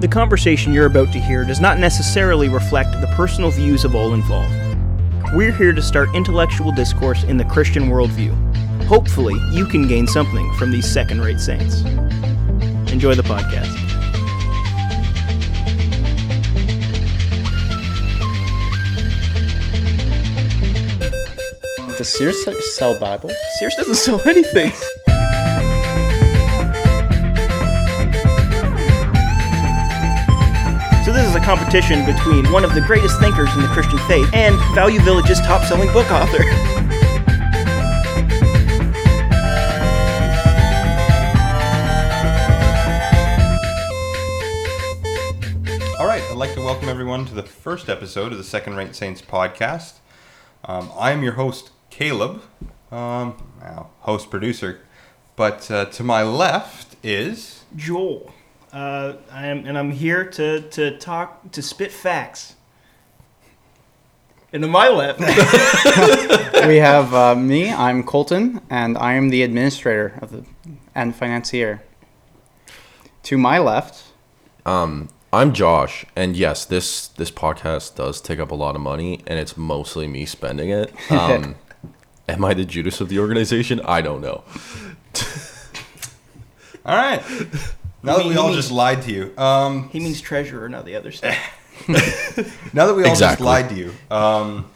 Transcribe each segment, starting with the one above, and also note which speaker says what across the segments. Speaker 1: The conversation you're about to hear does not necessarily reflect the personal views of all involved. We're here to start intellectual discourse in the Christian worldview. Hopefully, you can gain something from these second rate saints. Enjoy the podcast.
Speaker 2: Does Sears sell Bibles?
Speaker 1: Sears doesn't sell anything. So this is a competition between one of the greatest thinkers in the Christian faith and Value Village's top-selling book author.
Speaker 3: All right, I'd like to welcome everyone to the first episode of the Second Rate Saints podcast. Um, I'm your host, Caleb, um, now host producer, but uh, to my left is
Speaker 1: Joel, uh, I am, and I'm here to to talk to spit facts. And to my left,
Speaker 2: we have uh, me. I'm Colton, and I am the administrator of the and financier. To my left,
Speaker 4: I'm Josh, and yes, this this podcast does take up a lot of money, and it's mostly me spending it. Um, am I the Judas of the organization? I don't know.
Speaker 3: all right. Now that
Speaker 1: mean-
Speaker 3: we all just lied to you, um,
Speaker 1: he means treasurer, not the other stuff.
Speaker 3: now that we all just
Speaker 4: Exactly.
Speaker 3: lied to you, um,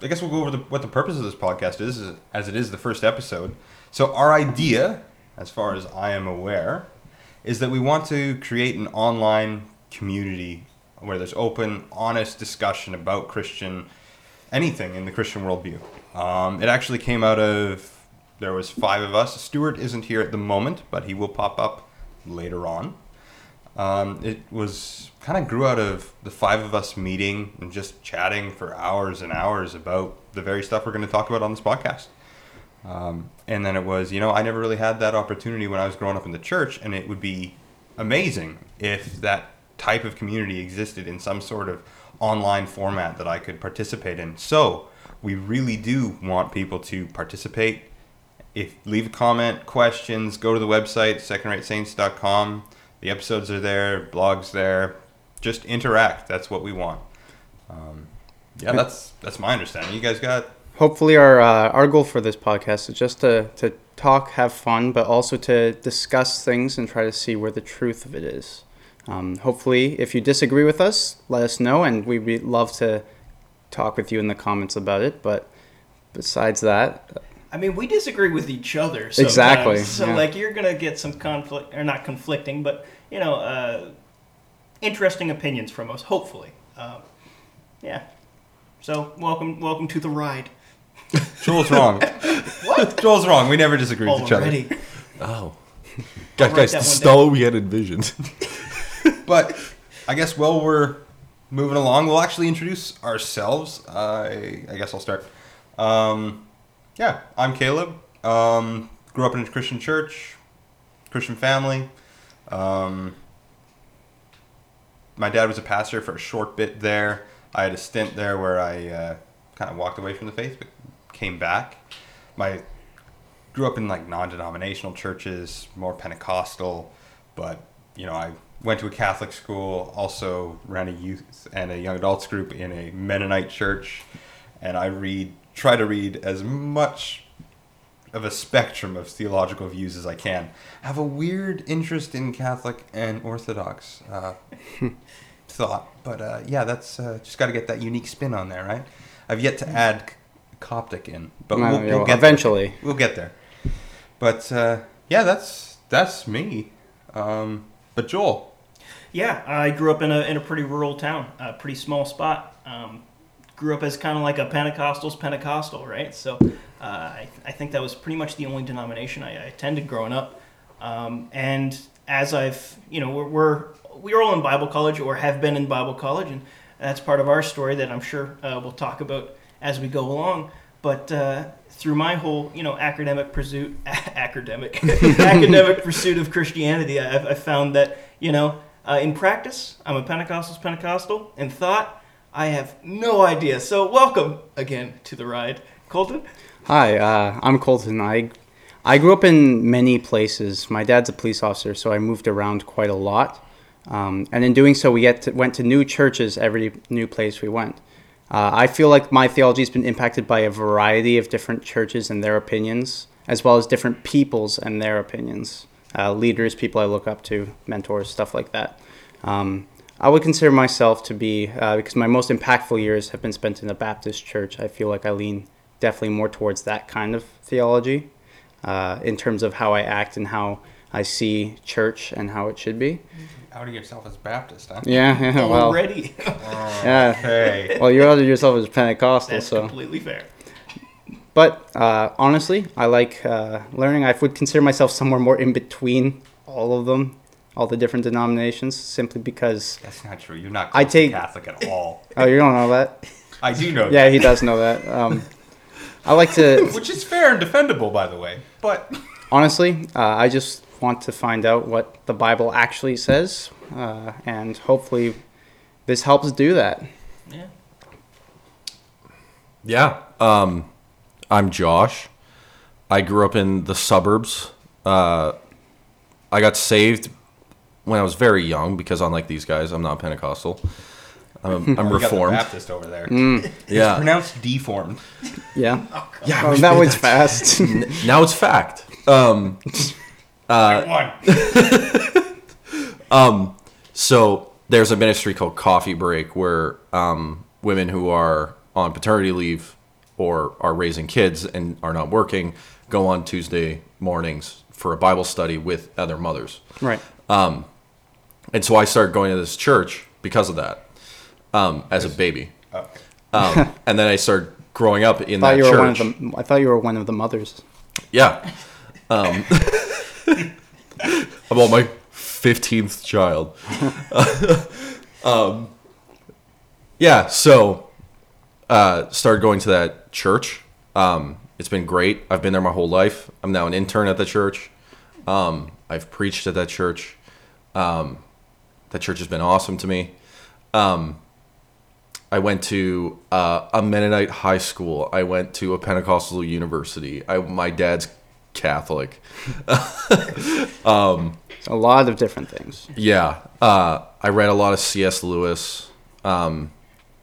Speaker 3: I guess we'll go over the, what the purpose of this podcast is, is- as it is the first episode. So our idea, as far as I am aware, is that we want to create an online community where there's open, honest discussion about Christian anything in the Christian worldview. Um, it actually came out of there was five of us. Stuart isn't here at the moment, but he will pop up later on. Um, it was kind of grew out of the five of us meeting and just chatting for hours and hours about the very stuff we're going to talk about on this podcast. Um, and then it was, you know, I never really had that opportunity when I was growing up in the church, and it would be amazing if that type of community existed in some sort of online format that I could participate in. So we really do want people to participate. If leave a comment, questions, go to the website secondratesaints.com. The episodes are there, blogs there. Just interact. That's what we want. Um, yeah, that's that's my understanding. You guys got
Speaker 2: hopefully, our uh, our goal for this podcast is just to to talk, have fun, but also to discuss things and try to see where the truth of it is. Um, hopefully, if you disagree with us, let us know, and we'd be- love to talk with you in the comments about it. But besides that,
Speaker 1: I mean, we disagree with each other. Sometimes.
Speaker 2: Exactly,
Speaker 1: So,
Speaker 2: yeah.
Speaker 1: like, you're gonna get some conflict, or not conflicting, but you know, uh, interesting opinions from us. Hopefully, um, yeah. So, welcome, welcome to the ride.
Speaker 3: Joel's wrong.
Speaker 1: What?
Speaker 3: Joel's wrong. We never disagree with each other.
Speaker 1: Already.
Speaker 4: Oh,
Speaker 1: I'll
Speaker 4: guys,
Speaker 1: write
Speaker 4: guys
Speaker 1: that one
Speaker 4: the snow we had envisioned.
Speaker 3: But I guess while we're moving along, we'll actually introduce ourselves. I I guess I'll start. Um, yeah, I'm Caleb. Um, grew up in a Christian church, Christian family. Um, my dad was a pastor for a short bit there. I had a stint there where I uh, kind of walked away from the faith, but came back. My grew up in like non-denominational churches, more Pentecostal, but you know I went to a Catholic school, also ran a youth and a young adults group in a Mennonite church, and I read try to read as much of a spectrum of theological views as I can. I have a weird interest in Catholic and Orthodox uh, thought, but uh, yeah, that's uh, just got to get that unique spin on there, right? I've yet to add C- Coptic in, but
Speaker 2: Mm-hmm. No,
Speaker 3: we'll,
Speaker 2: yeah,
Speaker 3: we'll
Speaker 2: well,
Speaker 3: get there.
Speaker 2: eventually.
Speaker 3: We'll get there. But uh, yeah, that's that's me. Um, but Joel,
Speaker 1: Yeah, I grew up in a in a pretty rural town, a pretty small spot. Um, grew up as kind of like a Pentecostal's Pentecostal, right? So uh, I, I think that was pretty much the only denomination I, I attended growing up. Um, and as I've, you know, we're, we're we're all in Bible college or have been in Bible college, and that's part of our story that I'm sure uh, we'll talk about as we go along. But uh, through my whole, you know, academic pursuit, academic, academic pursuit of Christianity, I- I've, I've found that, you know, uh, in practice, I'm a Pentecostal's Pentecostal. In thought, I have no idea. So welcome again to the ride, Colton.
Speaker 2: Hi, uh, I'm Colton. I I grew up in many places. My dad's a police officer, so I moved around quite a lot. Um, and in doing so, we get to, went to new churches every new place we went. Uh, I feel like my theology has been impacted by a variety of different churches and their opinions, as well as different peoples and their opinions. Uh, leaders, people I look up to, mentors, stuff like that. Um, I would consider myself to be, uh, because my most impactful years have been spent in a Baptist church, I feel like I lean definitely more towards that kind of theology uh, in terms of how I act and how I see church and how it should be.
Speaker 3: Outing yourself as Baptist, huh?
Speaker 2: Yeah,
Speaker 4: Oh,
Speaker 2: yeah well,
Speaker 1: already.
Speaker 2: yeah.
Speaker 3: Okay.
Speaker 2: Well, you're out of yourself as Pentecostal,
Speaker 1: That's
Speaker 2: so.
Speaker 1: completely fair.
Speaker 2: But uh, honestly, I like uh, learning. I would consider myself somewhere more in between all of them, all the different denominations, simply because.
Speaker 3: That's not true. You're not
Speaker 2: I
Speaker 3: close to
Speaker 2: take-
Speaker 3: Catholic at all.
Speaker 2: Oh, you don't know that?
Speaker 3: I do know
Speaker 2: Yeah, he does know that. Um, I like to.
Speaker 3: that. Which is fair and defendable, by the way. But
Speaker 2: honestly, uh, I just want to find out what the Bible actually says, uh, and hopefully, this helps do that.
Speaker 1: Yeah.
Speaker 4: Yeah. Um, I'm Josh. I grew up in the suburbs. Uh, I got saved when I was very young because, unlike these guys, I'm not Pentecostal. Um, I'm, I'm
Speaker 3: we got the
Speaker 4: reformed. Mm.
Speaker 3: Baptist over there.
Speaker 4: Yeah.
Speaker 3: Pronounced deformed.
Speaker 2: Yeah,
Speaker 4: Yeah. I
Speaker 2: Oh,
Speaker 4: was
Speaker 2: that
Speaker 4: made
Speaker 2: was fast.
Speaker 4: N- now it's fact. Um, Uh,
Speaker 3: One.
Speaker 4: so there's a ministry called Coffee Break where um, women who are on paternity leave or are raising kids and are not working go on Tuesday mornings for a Bible study with other mothers.
Speaker 2: right.
Speaker 4: And so I started going to this church because of that um, as a baby.
Speaker 3: Oh.
Speaker 4: Um, and then I started growing up in
Speaker 2: I thought
Speaker 4: that
Speaker 2: you were one of
Speaker 4: church.
Speaker 2: the. I thought you were one of the mothers.
Speaker 4: Yeah. Um, about my 15th child. um, yeah, so uh, started going to that church. Um, it's been great. I've been there my whole life. I'm now an intern at the church. Um, I've preached at that church. Um, that church has been awesome to me. Um, I went to uh, a Mennonite high school. I went to a Pentecostal university. I, my dad's Catholic.
Speaker 2: A lot of different things.
Speaker 4: Yeah, uh, I read a lot of C.S. Lewis. Um,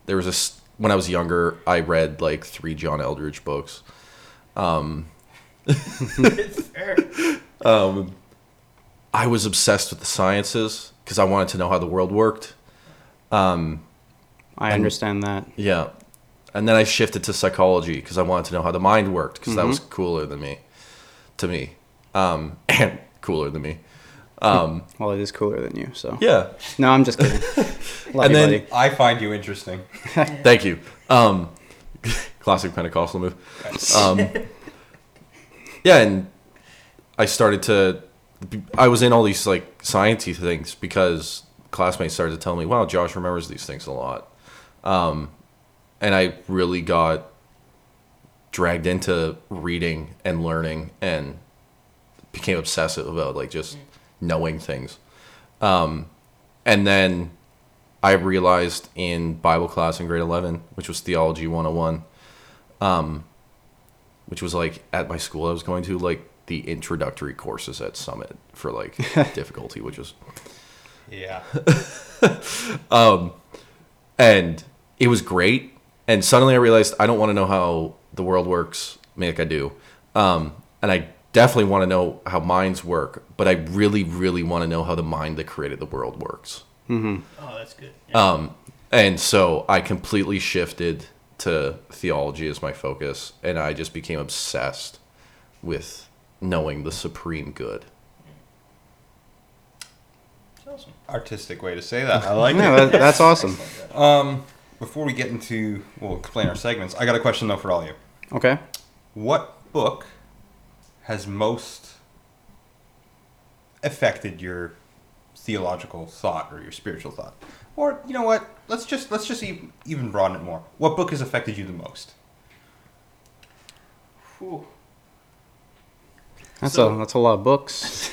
Speaker 4: there was a s when I was younger, I read like three John Eldridge books.
Speaker 1: Fair.
Speaker 4: I was obsessed with the sciences because I wanted to know how the world worked.
Speaker 2: I understand that.
Speaker 4: Yeah, and then I shifted to psychology because I wanted to know how the mind worked because that was cooler than me, to me, um, and cooler than me.
Speaker 2: Well, it is cooler than you, so.
Speaker 4: Yeah,
Speaker 2: No, I'm just kidding. Love
Speaker 4: And
Speaker 2: you,
Speaker 4: then-
Speaker 2: buddy.
Speaker 3: I find you interesting.
Speaker 4: Thank you. Um, classic Pentecostal move. Um, yeah, and I started to. I was in all these like sciencey things because classmates started to tell me, "Wow, Josh remembers these things a lot," um, and I really got dragged into reading and learning and became obsessive about like just knowing things. Um, and then I realized in Bible class in grade 11, which was Theology 101, um, which was like at my school I was going to, like the introductory courses at Summit for like difficulty, which was,
Speaker 3: Yeah.
Speaker 4: and it was great. And suddenly I realized I don't want to know how the world works. I mean, like I do. Um, and I definitely want to know how minds work, but I really, really want to know how the mind that created the world works.
Speaker 1: Oh, that's good. Yeah.
Speaker 4: Um, and so I completely shifted to theology as my focus, and I just became obsessed with knowing the supreme good.
Speaker 1: That's awesome.
Speaker 3: Artistic way to say that. I like
Speaker 2: No, that,
Speaker 3: it.
Speaker 2: that's awesome.
Speaker 4: uh,
Speaker 3: Um, before we get into, we'll explain our segments. I got a question though for all of you.
Speaker 2: Okay.
Speaker 3: What book has most affected your theological thought or your spiritual thought? Or you know what? Let's just let's just even, even broaden it more. What book has affected you the most?
Speaker 1: Whew.
Speaker 2: That's
Speaker 1: So-
Speaker 2: a that's a lot of books.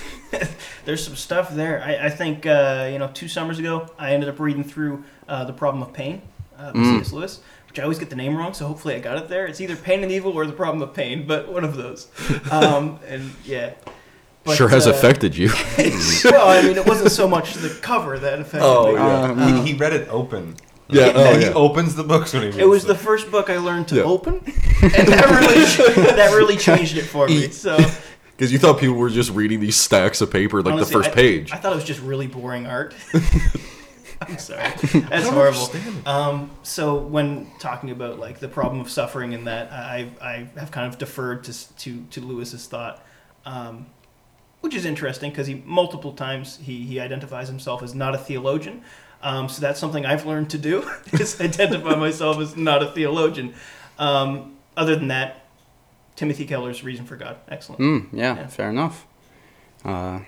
Speaker 1: There's some stuff there. I, I think uh, you know, two summers ago, I ended up reading through uh, the Problem of Pain, uh,
Speaker 4: Mm.
Speaker 1: by C.S. Lewis, which I always get the name wrong. So hopefully, I got it there. It's either Pain and Evil or the Problem of Pain, but one of those. Um, and yeah, But,
Speaker 4: sure has
Speaker 1: uh,
Speaker 4: affected you.
Speaker 1: well, I mean, it wasn't so much the cover that affected
Speaker 4: Oh,
Speaker 1: me.
Speaker 4: yeah.
Speaker 2: Um,
Speaker 3: he, he read it open.
Speaker 4: yeah. Oh,
Speaker 3: he
Speaker 4: yeah.
Speaker 3: opens the books when he reads
Speaker 1: It was the
Speaker 3: them.
Speaker 1: first book I learned to
Speaker 4: Yeah.
Speaker 1: open, and that really that really changed it for me. So
Speaker 4: Because you thought people were just reading these stacks of paper, like
Speaker 1: honestly,
Speaker 4: the first
Speaker 1: I-
Speaker 4: page.
Speaker 1: I thought it was just really boring art. I'm sorry, that's horrible. Um, so when talking about like the problem of suffering and that, I I have kind of deferred to s- to to Lewis's thought. Um, which is interesting because he multiple times he, he identifies himself as not a theologian. Um, so that's something I've learned to do is identify myself as not a theologian. Um, other than that, Timothy Keller's Reason for God, excellent.
Speaker 4: Hmm.
Speaker 2: Mm, yeah,
Speaker 1: Yeah.
Speaker 2: fair enough. Uh,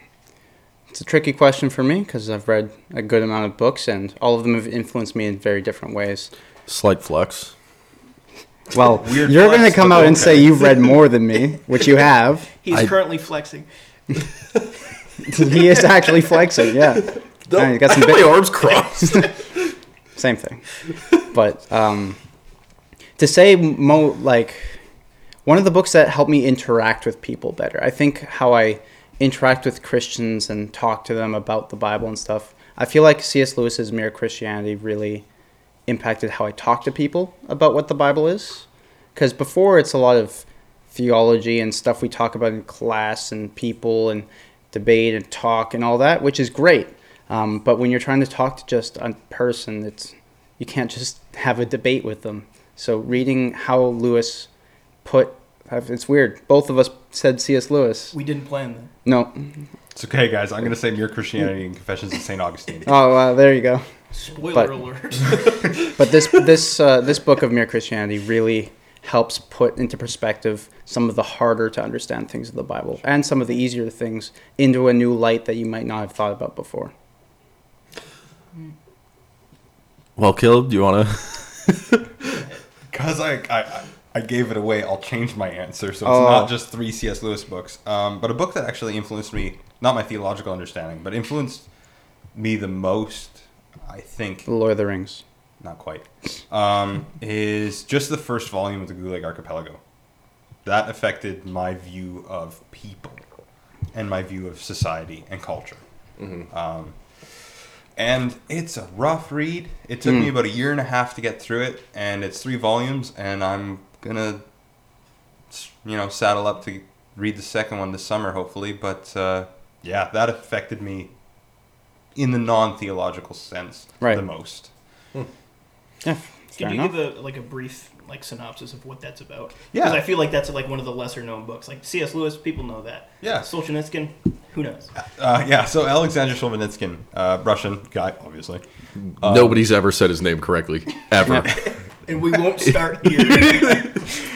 Speaker 2: it's a tricky question for me because I've read a good amount of books, and all of them have influenced me in very different ways.
Speaker 4: Slight flex.
Speaker 2: Well,
Speaker 3: Weird
Speaker 2: you're
Speaker 3: flex,
Speaker 2: going to come
Speaker 3: but
Speaker 2: out and
Speaker 3: okay.
Speaker 2: say you've read more than me, which you have.
Speaker 1: He's
Speaker 4: I-
Speaker 1: currently flexing.
Speaker 2: he is actually flexing. Yeah, Yeah, you got
Speaker 4: I
Speaker 2: some
Speaker 4: have
Speaker 2: big-
Speaker 4: my arms crossed.
Speaker 2: same thing. But um, to say mo like one of the books that helped me interact with people better. I think how I interact with Christians and talk to them about the Bible and stuff. I feel like C.S. Lewis's Mere Christianity really impacted how I talk to people about what the Bible is. Because before, it's a lot of theology and stuff we talk about in class and people and debate and talk and all that, which is great. Um, but when you're trying to talk to just a person, it's you can't just have a debate with them. So reading how Lewis put it's weird. Both of us said C.S. Lewis.
Speaker 1: We didn't plan that.
Speaker 2: No.
Speaker 3: It's okay, guys. I'm going to say Mere Christianity and Confessions of St. Augustine.
Speaker 2: Oh, uh, there you go.
Speaker 1: Spoiler
Speaker 2: But-
Speaker 1: alert.
Speaker 2: But this this uh, this book of Mere Christianity really helps put into perspective some of the harder to understand things of the Bible and some of the easier things into a new light that you might not have thought about before.
Speaker 4: well, Caleb, do you want to?
Speaker 3: Because I, I, I- I gave it away, I'll change my answer. So it's
Speaker 2: Oh.
Speaker 3: not just three C.S. Lewis books, um, but a book that actually influenced me, not my theological understanding, but influenced me the most, I think,
Speaker 2: The Lord of the Rings.
Speaker 3: not quite, um, is just the first volume of the Gulag Archipelago. That affected my view of people and my view of society and culture. Um, and it's a rough read. It took me about a year and a half to get through it, and it's three volumes, and I'm gonna, s- you know, saddle up to read the second one this summer, hopefully. But uh, yeah, that affected me in the non-theological sense
Speaker 2: Right.
Speaker 3: the most.
Speaker 2: Yeah.
Speaker 1: Could
Speaker 2: Fair
Speaker 1: you
Speaker 2: enough.
Speaker 1: give a like a brief like synopsis of what that's about?
Speaker 3: Yeah.
Speaker 1: because I feel like that's like one of the lesser known books. Like C.S. Lewis, people know that.
Speaker 3: Yeah.
Speaker 1: Solzhenitsyn, who knows?
Speaker 3: Uh, yeah, so Alexander Solzhenitsyn, uh, Russian guy, obviously. Um,
Speaker 4: Nobody's ever said his name correctly ever.
Speaker 1: And we won't start here.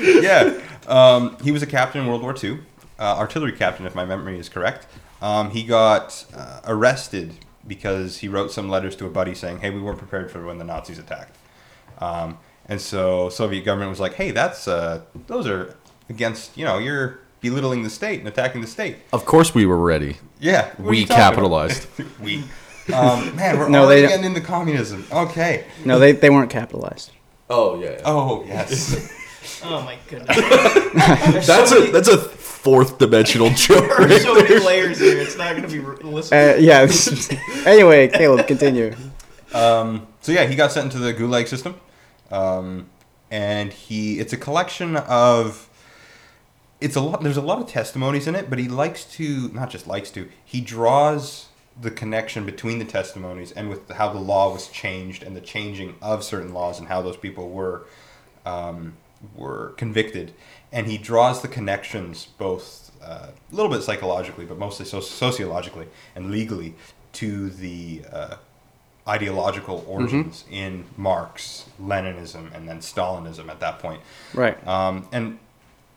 Speaker 3: yeah. Um, he was a captain in World War II, uh, artillery captain, if my memory is correct. Um, he got uh, arrested because he wrote some letters to a buddy saying, "Hey, we weren't prepared for when the Nazis attacked." Um, and so Soviet government was like, "Hey, that's uh, those are against you know you're belittling the state and attacking the state."
Speaker 4: of course, we were ready.
Speaker 3: Yeah, what are
Speaker 4: we
Speaker 3: you talking about?
Speaker 4: capitalized.
Speaker 3: we. Um, man, we're
Speaker 2: No, they
Speaker 3: already
Speaker 2: don't-
Speaker 3: getting into communism. Okay.
Speaker 2: No, they, they weren't capitalized.
Speaker 4: oh yeah.
Speaker 3: Oh yes.
Speaker 1: Oh my goodness. There's
Speaker 4: That's
Speaker 1: so
Speaker 4: a
Speaker 1: many-
Speaker 4: that's a fourth dimensional joke.
Speaker 1: there are so many layers here. It's not going to be re- listened.
Speaker 2: Uh, yeah. anyway, Caleb, continue.
Speaker 3: Um, so yeah, he got sent into the Gulag system, um, and he it's a collection of it's a lot. There's a lot of testimonies in it, but he likes to not just likes to. He draws the connection between the testimonies and with how the law was changed and the changing of certain laws and how those people were um, were convicted, and he draws the connections both uh, a little bit psychologically, but mostly so- sociologically and legally to the uh, ideological origins in Marx, Leninism, and then Stalinism at that point.
Speaker 2: Right.
Speaker 3: Um, and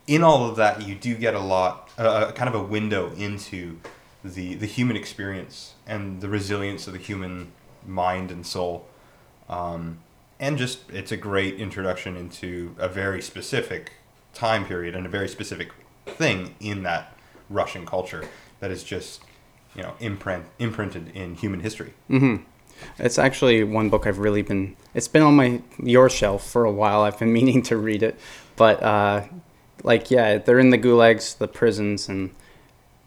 Speaker 3: in all of that, you do get a lot, uh, kind of a window into the the human experience and the resilience of the human mind and soul. Um, and just it's a great introduction into a very specific time period and a very specific thing in that Russian culture that is just you know imprint imprinted in human history.
Speaker 2: It's actually one book I've really been. It's been on my your shelf for a while. I've been meaning to read it, but uh, like yeah, they're in the gulags, the prisons, and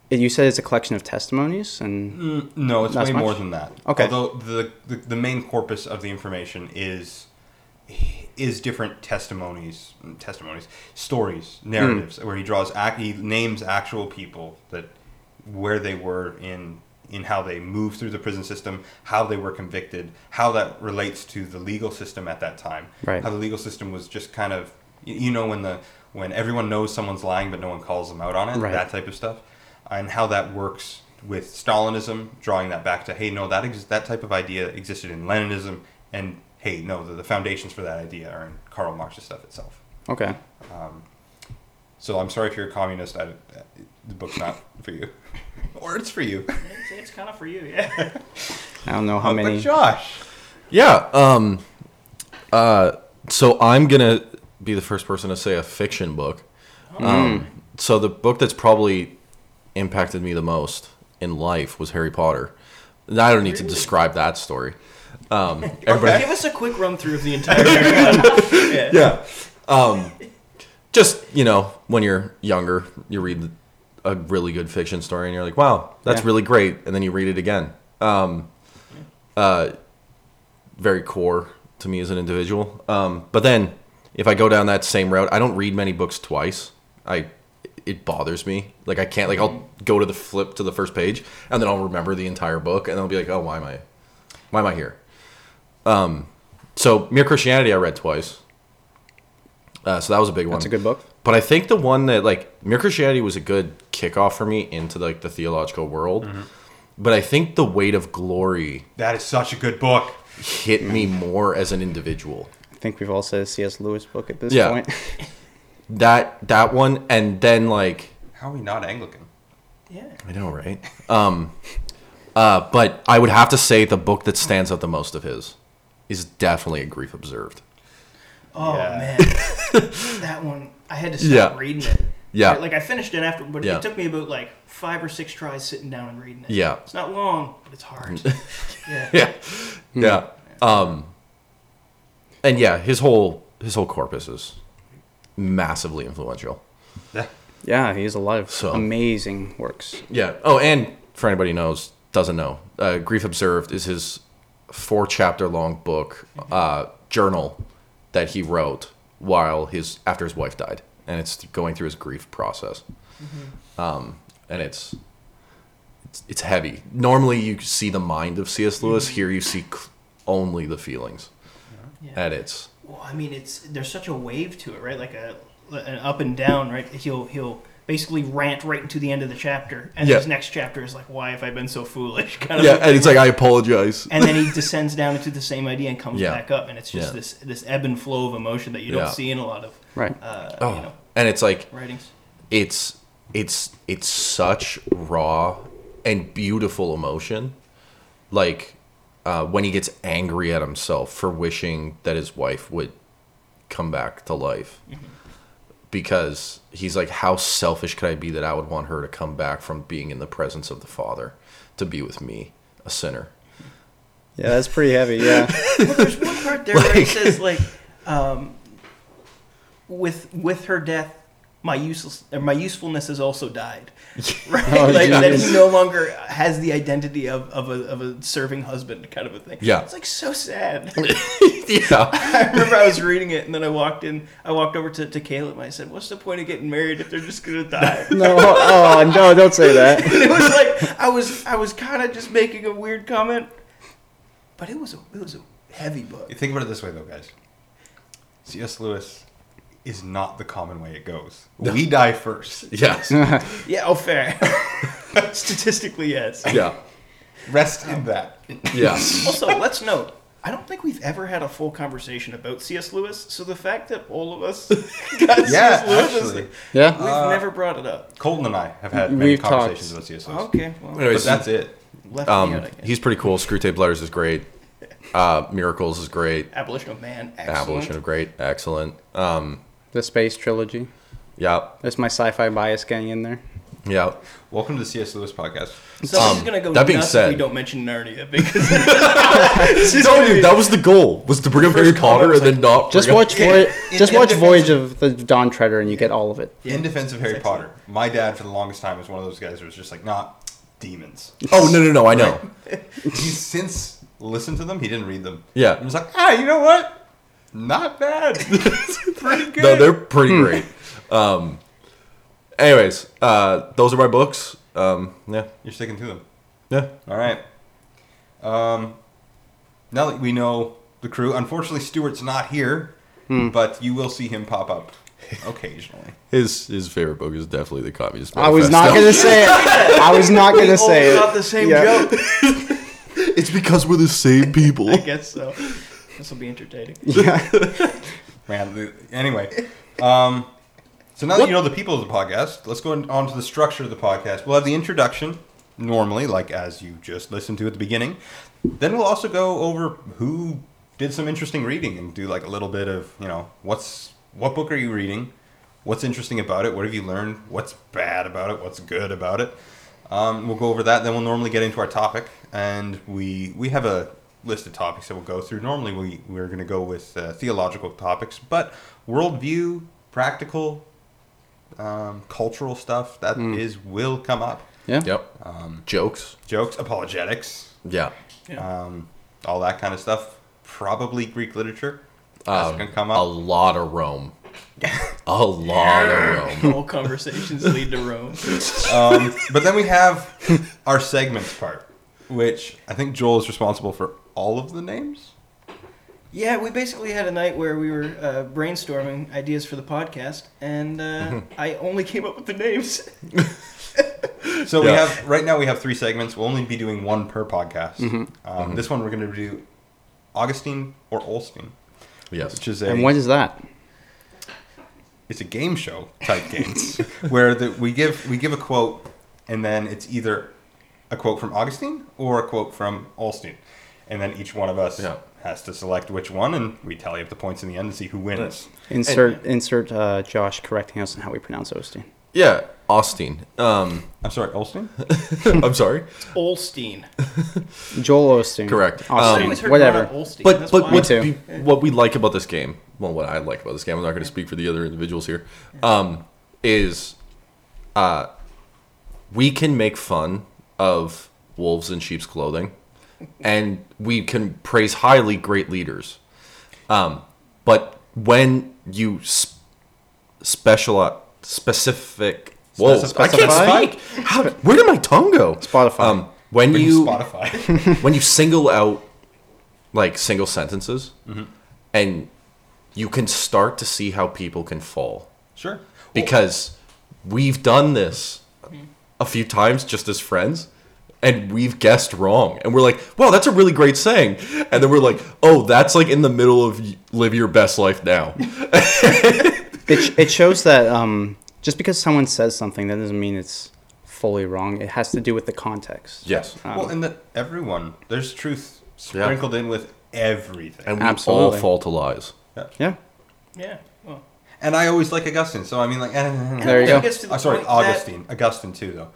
Speaker 2: You said it's a collection of testimonies, and
Speaker 3: Mm, no, it's
Speaker 2: Not
Speaker 3: way
Speaker 2: as much?
Speaker 3: more than that.
Speaker 2: Okay.
Speaker 3: Although the, the the main corpus of the information is is different testimonies, testimonies, stories,
Speaker 2: Hmm.
Speaker 3: narratives, where he draws ac- he names actual people that where they were in in how they moved through the prison system, how they were convicted, how that relates to the legal system at that time,
Speaker 2: Right.
Speaker 3: how the legal system was just kind of you, you know when the when everyone knows someone's lying but no one calls them out on it,
Speaker 2: Right.
Speaker 3: that type of stuff, and how that works with Stalinism, drawing that back to hey, no, that ex- that type of idea existed in Leninism, and hey, no, the, the foundations for that idea are in Karl Marx's stuff itself.
Speaker 2: okay,
Speaker 3: So I'm sorry if you're a communist. I, the book's not for you, or it's for you.
Speaker 1: It's, it's kind of for you, yeah.
Speaker 2: I don't know how
Speaker 3: But
Speaker 2: many.
Speaker 3: Josh,
Speaker 4: Yeah. Um, uh, so I'm gonna be the first person to say a fiction book. Um, so the book that's probably impacted me the most in life was Harry Potter. And I don't need to describe that story. Um, everybody,
Speaker 1: Give us a quick run through of the entire. yeah.
Speaker 4: yeah. Um, just you know, when you're younger, you read a really good fiction story, and you're like, "Wow, that's
Speaker 2: Yeah.
Speaker 4: really great," and then you read it again. Um, uh, very core to me as an individual. Um, but then, if I go down that same route, I don't read many books twice. I it bothers me. Like I can't. Like I'll go to the flip to the first page, and then I'll remember the entire book, and I'll be like, "Oh, why am I? Why am I here?" Um, so mere Christianity, I read twice. Uh, so that was a big one.
Speaker 2: That's a good book.
Speaker 4: But I think the one that like Mere Christianity was a good kickoff for me into like the theological world.
Speaker 2: Mm-hmm.
Speaker 4: But I think the weight of glory
Speaker 3: that is such a good book.
Speaker 4: hit me more as an individual.
Speaker 2: I think we've all said a C.S. Lewis book at this
Speaker 4: Yeah.
Speaker 2: point.
Speaker 4: That that one and then like
Speaker 3: How are we not Anglican?
Speaker 1: Yeah.
Speaker 4: I know, right? Um uh but I would have to say the book that stands out the most of his is definitely A Grief Observed.
Speaker 1: Oh
Speaker 3: Yeah.
Speaker 1: man, that one I had to stop
Speaker 4: Yeah.
Speaker 1: reading it.
Speaker 4: Yeah.
Speaker 1: like I finished it after, but
Speaker 4: Yeah.
Speaker 1: it took me about like five or six tries sitting down and reading it.
Speaker 4: Yeah.
Speaker 1: it's not long, but it's hard. yeah,
Speaker 4: yeah. Yeah. Um and yeah, his whole his whole corpus is massively influential.
Speaker 2: yeah, he has a lot of
Speaker 4: So-
Speaker 2: amazing works.
Speaker 4: Yeah. Oh, and for anybody who knows doesn't know, uh, Grief Observed is his four chapter long book uh, journal that he wrote while his after his wife died, and it's going through his grief process. Um, and it's, it's it's heavy. Normally, you see the mind of C.S. Lewis. Here, you see c- only the feelings,
Speaker 1: Yeah.
Speaker 4: and it's
Speaker 1: Well, I mean, it's there's such a wave to it, right? Like a an up and down, right? He'll he'll basically rant right into the end of the chapter, and
Speaker 4: Yeah.
Speaker 1: his next chapter is like, "Why have I been so foolish?" Kind
Speaker 4: yeah, and it's like I apologize.
Speaker 1: and then he descends down into the same idea and comes
Speaker 4: Yeah.
Speaker 1: back up, and it's just
Speaker 4: Yeah.
Speaker 1: this this ebb and flow of emotion that you don't
Speaker 4: Yeah.
Speaker 1: see in a lot of
Speaker 2: Right.
Speaker 1: uh,
Speaker 4: Oh,
Speaker 1: you know,
Speaker 4: and it's like
Speaker 1: writings.
Speaker 4: it's it's it's such raw and beautiful emotion like uh, when he gets angry at himself for wishing that his wife would come back to life
Speaker 3: Mm-hmm.
Speaker 4: because he's like how selfish could i be that i would want her to come back from being in the presence of the father to be with me a sinner
Speaker 2: Yeah, that's pretty heavy. Yeah.
Speaker 1: Well, there's one part there where it says like, um, with with her death, my useless or my usefulness has also died. Right,
Speaker 2: Oh,
Speaker 1: like that
Speaker 2: geez.
Speaker 1: he no longer has the identity of, of a of a serving husband, kind of a thing.
Speaker 4: Yeah.
Speaker 1: it's like so sad.
Speaker 4: yeah
Speaker 1: I remember I was reading it, and then I walked in. I walked over to, to Caleb, and I said, "What's the point of getting married if they're just gonna die?"
Speaker 2: no. Oh no! Don't say that.
Speaker 1: And it was like I was I was kind of just making a weird comment, but it was a it was a heavy book.
Speaker 3: You Think about it this way, though, guys. C.S. Lewis is not the common way it goes. We die first.
Speaker 4: yes
Speaker 1: Yeah, oh fair. Statistically, yes.
Speaker 4: yeah
Speaker 3: Rest in that.
Speaker 4: yes
Speaker 1: Also, let's note. I don't think we've ever had a full conversation about C.S. Lewis, so the fact that all of us got
Speaker 3: Yeah,
Speaker 1: C.S. Lewis, is-
Speaker 3: actually. Uh,
Speaker 1: we've
Speaker 2: Yeah.
Speaker 1: never brought it up.
Speaker 3: Colton and I have had many
Speaker 2: We've talked.
Speaker 3: conversations about C.S. Lewis.
Speaker 1: Okay, well,
Speaker 4: Anyways,
Speaker 3: But that's it.
Speaker 1: left me out, I
Speaker 4: um,
Speaker 1: guess.
Speaker 4: he's pretty cool screwtape letters is great uh, miracles is great
Speaker 1: Abolition of man, excellent.
Speaker 4: Abolition of Great, excellent. Um,
Speaker 2: The space trilogy.
Speaker 4: yeah,
Speaker 2: That's my sci-fi bias getting in there.
Speaker 4: Yeah.
Speaker 3: Welcome to the C.S. Lewis podcast.
Speaker 1: Somebody's
Speaker 4: Um,
Speaker 1: gonna go
Speaker 4: that being
Speaker 1: nuts
Speaker 4: said-
Speaker 1: if we don't mention Narnia because
Speaker 4: No, Oh, dude, that was the goal was to bring up Harry Potter and then not
Speaker 2: Just
Speaker 4: bring up-
Speaker 2: watch, Voy-
Speaker 3: in-
Speaker 2: just
Speaker 3: in
Speaker 2: watch
Speaker 3: defense-
Speaker 2: Voyage of the Dawn Treader, and you get all of it.
Speaker 3: In defense of Harry Potter, my dad for the longest time was one of those guys who was just like, nah, demons.
Speaker 4: Oh no no no! I know.
Speaker 3: He's since listened to them. He didn't read them.
Speaker 4: Yeah.
Speaker 3: He was like, ah, you know what? Not bad. Pretty good.
Speaker 4: No, they're pretty
Speaker 2: Hmm.
Speaker 4: great. Um, anyways, uh, those are my books. Um, yeah,
Speaker 3: You're sticking to them.
Speaker 4: yeah.
Speaker 3: All right. Um, now that we know the crew, unfortunately, Stuart's not here, but you will see him pop up occasionally.
Speaker 4: His his favorite book is definitely the Communist
Speaker 2: I was not gonna say it. I was not gonna say
Speaker 1: got
Speaker 2: it.
Speaker 1: the same
Speaker 2: Yeah.
Speaker 1: joke.
Speaker 4: it's because we're the same people.
Speaker 1: I guess so. This will be entertaining.
Speaker 3: Man, the- anyway. Um, so now that
Speaker 4: What-
Speaker 3: you know the people of the podcast, let's go on to the structure of the podcast. We'll have the introduction normally, like as you just listened to at the beginning. Then we'll also go over who did some interesting reading and do like a little bit of you know what's what book are you reading, what's interesting about it, what have you learned, what's bad about it, what's good about it. Um, we'll go over that. Then we'll normally get into our topic, and we we have a list of topics that we'll go through. Normally, we we're going to go with uh, theological topics, but worldview, practical, um, cultural stuff that
Speaker 4: Hmm.
Speaker 3: is will come up.
Speaker 2: Yeah.
Speaker 4: Yep.
Speaker 2: Um,
Speaker 4: Jokes.
Speaker 3: Jokes, apologetics,
Speaker 4: Yeah.
Speaker 1: Yeah.
Speaker 3: um, all that kind of stuff. Probably Greek literature. That's
Speaker 4: Um,
Speaker 3: gonna come
Speaker 4: a
Speaker 3: up.
Speaker 4: lot of Rome. A lot of Rome.
Speaker 1: All conversations lead to Rome.
Speaker 3: Um, but then we have our segments part, which I think Joel is responsible for all of the names.
Speaker 1: Yeah, we basically had a night where we were uh, brainstorming ideas for the podcast, and uh,
Speaker 2: Mm-hmm.
Speaker 1: I only came up with the names.
Speaker 3: So we
Speaker 4: Yeah.
Speaker 3: have right now we have three segments. We'll only be doing one per podcast.
Speaker 4: Mm-hmm.
Speaker 3: Um, This one we're going to do Augustine or Olstein,
Speaker 4: Yes.
Speaker 3: which is a
Speaker 2: And what is that?
Speaker 3: it's a game show type game where the, we give we give a quote and then it's either a quote from Augustine or a quote from Olstein, and then each one of us
Speaker 4: Yeah.
Speaker 3: has to select which one, and we tally up the points in the end and see who wins.
Speaker 2: Insert insert uh, Josh correcting us on how we pronounce Osteen.
Speaker 4: Yeah. Austin. Um,
Speaker 3: I'm sorry, Olstein.
Speaker 4: I'm sorry.
Speaker 1: Olstein.
Speaker 2: Joel Osteen.
Speaker 4: Correct.
Speaker 1: I
Speaker 4: Um,
Speaker 2: Austin.
Speaker 1: always heard
Speaker 2: Um, whatever.
Speaker 1: about Olstein.
Speaker 4: But
Speaker 1: That's
Speaker 4: but
Speaker 1: why-
Speaker 4: what's
Speaker 2: too.
Speaker 4: be, what we like about this game, well, what I like about this game, I'm not going to speak for the other individuals here, um, is uh, we can make fun of wolves in sheep's clothing, and we can praise highly great leaders. Um, but when you sp- specialize specific, whoa, I
Speaker 2: Specify?
Speaker 4: can't speak. How, where did my tongue go?
Speaker 2: Spotify.
Speaker 4: Um, when
Speaker 3: Bring
Speaker 4: you
Speaker 3: Spotify.
Speaker 4: when you single out like single sentences and you can start to see how people can fall
Speaker 3: sure.
Speaker 4: because we've done this a few times just as friends and we've guessed wrong and we're like wow that's a really great saying and then we're like oh that's like in the middle of y- live your best life now
Speaker 2: It, it shows that um, just because someone says something, that doesn't mean it's fully wrong. It has to do with the context.
Speaker 4: yes
Speaker 3: well,
Speaker 2: Um,
Speaker 3: and that everyone there's truth
Speaker 4: Yeah.
Speaker 3: sprinkled in with everything.
Speaker 4: and
Speaker 3: And,
Speaker 4: we all
Speaker 2: Absolutely.
Speaker 4: fall to lies
Speaker 2: Yeah.
Speaker 1: Yeah. Well,
Speaker 3: I always like Augustine, so I mean, like,
Speaker 2: There you
Speaker 1: it
Speaker 2: go.
Speaker 1: gets to the
Speaker 3: Oh, sorry,
Speaker 1: point that,
Speaker 3: Augustine, Augustine too, though.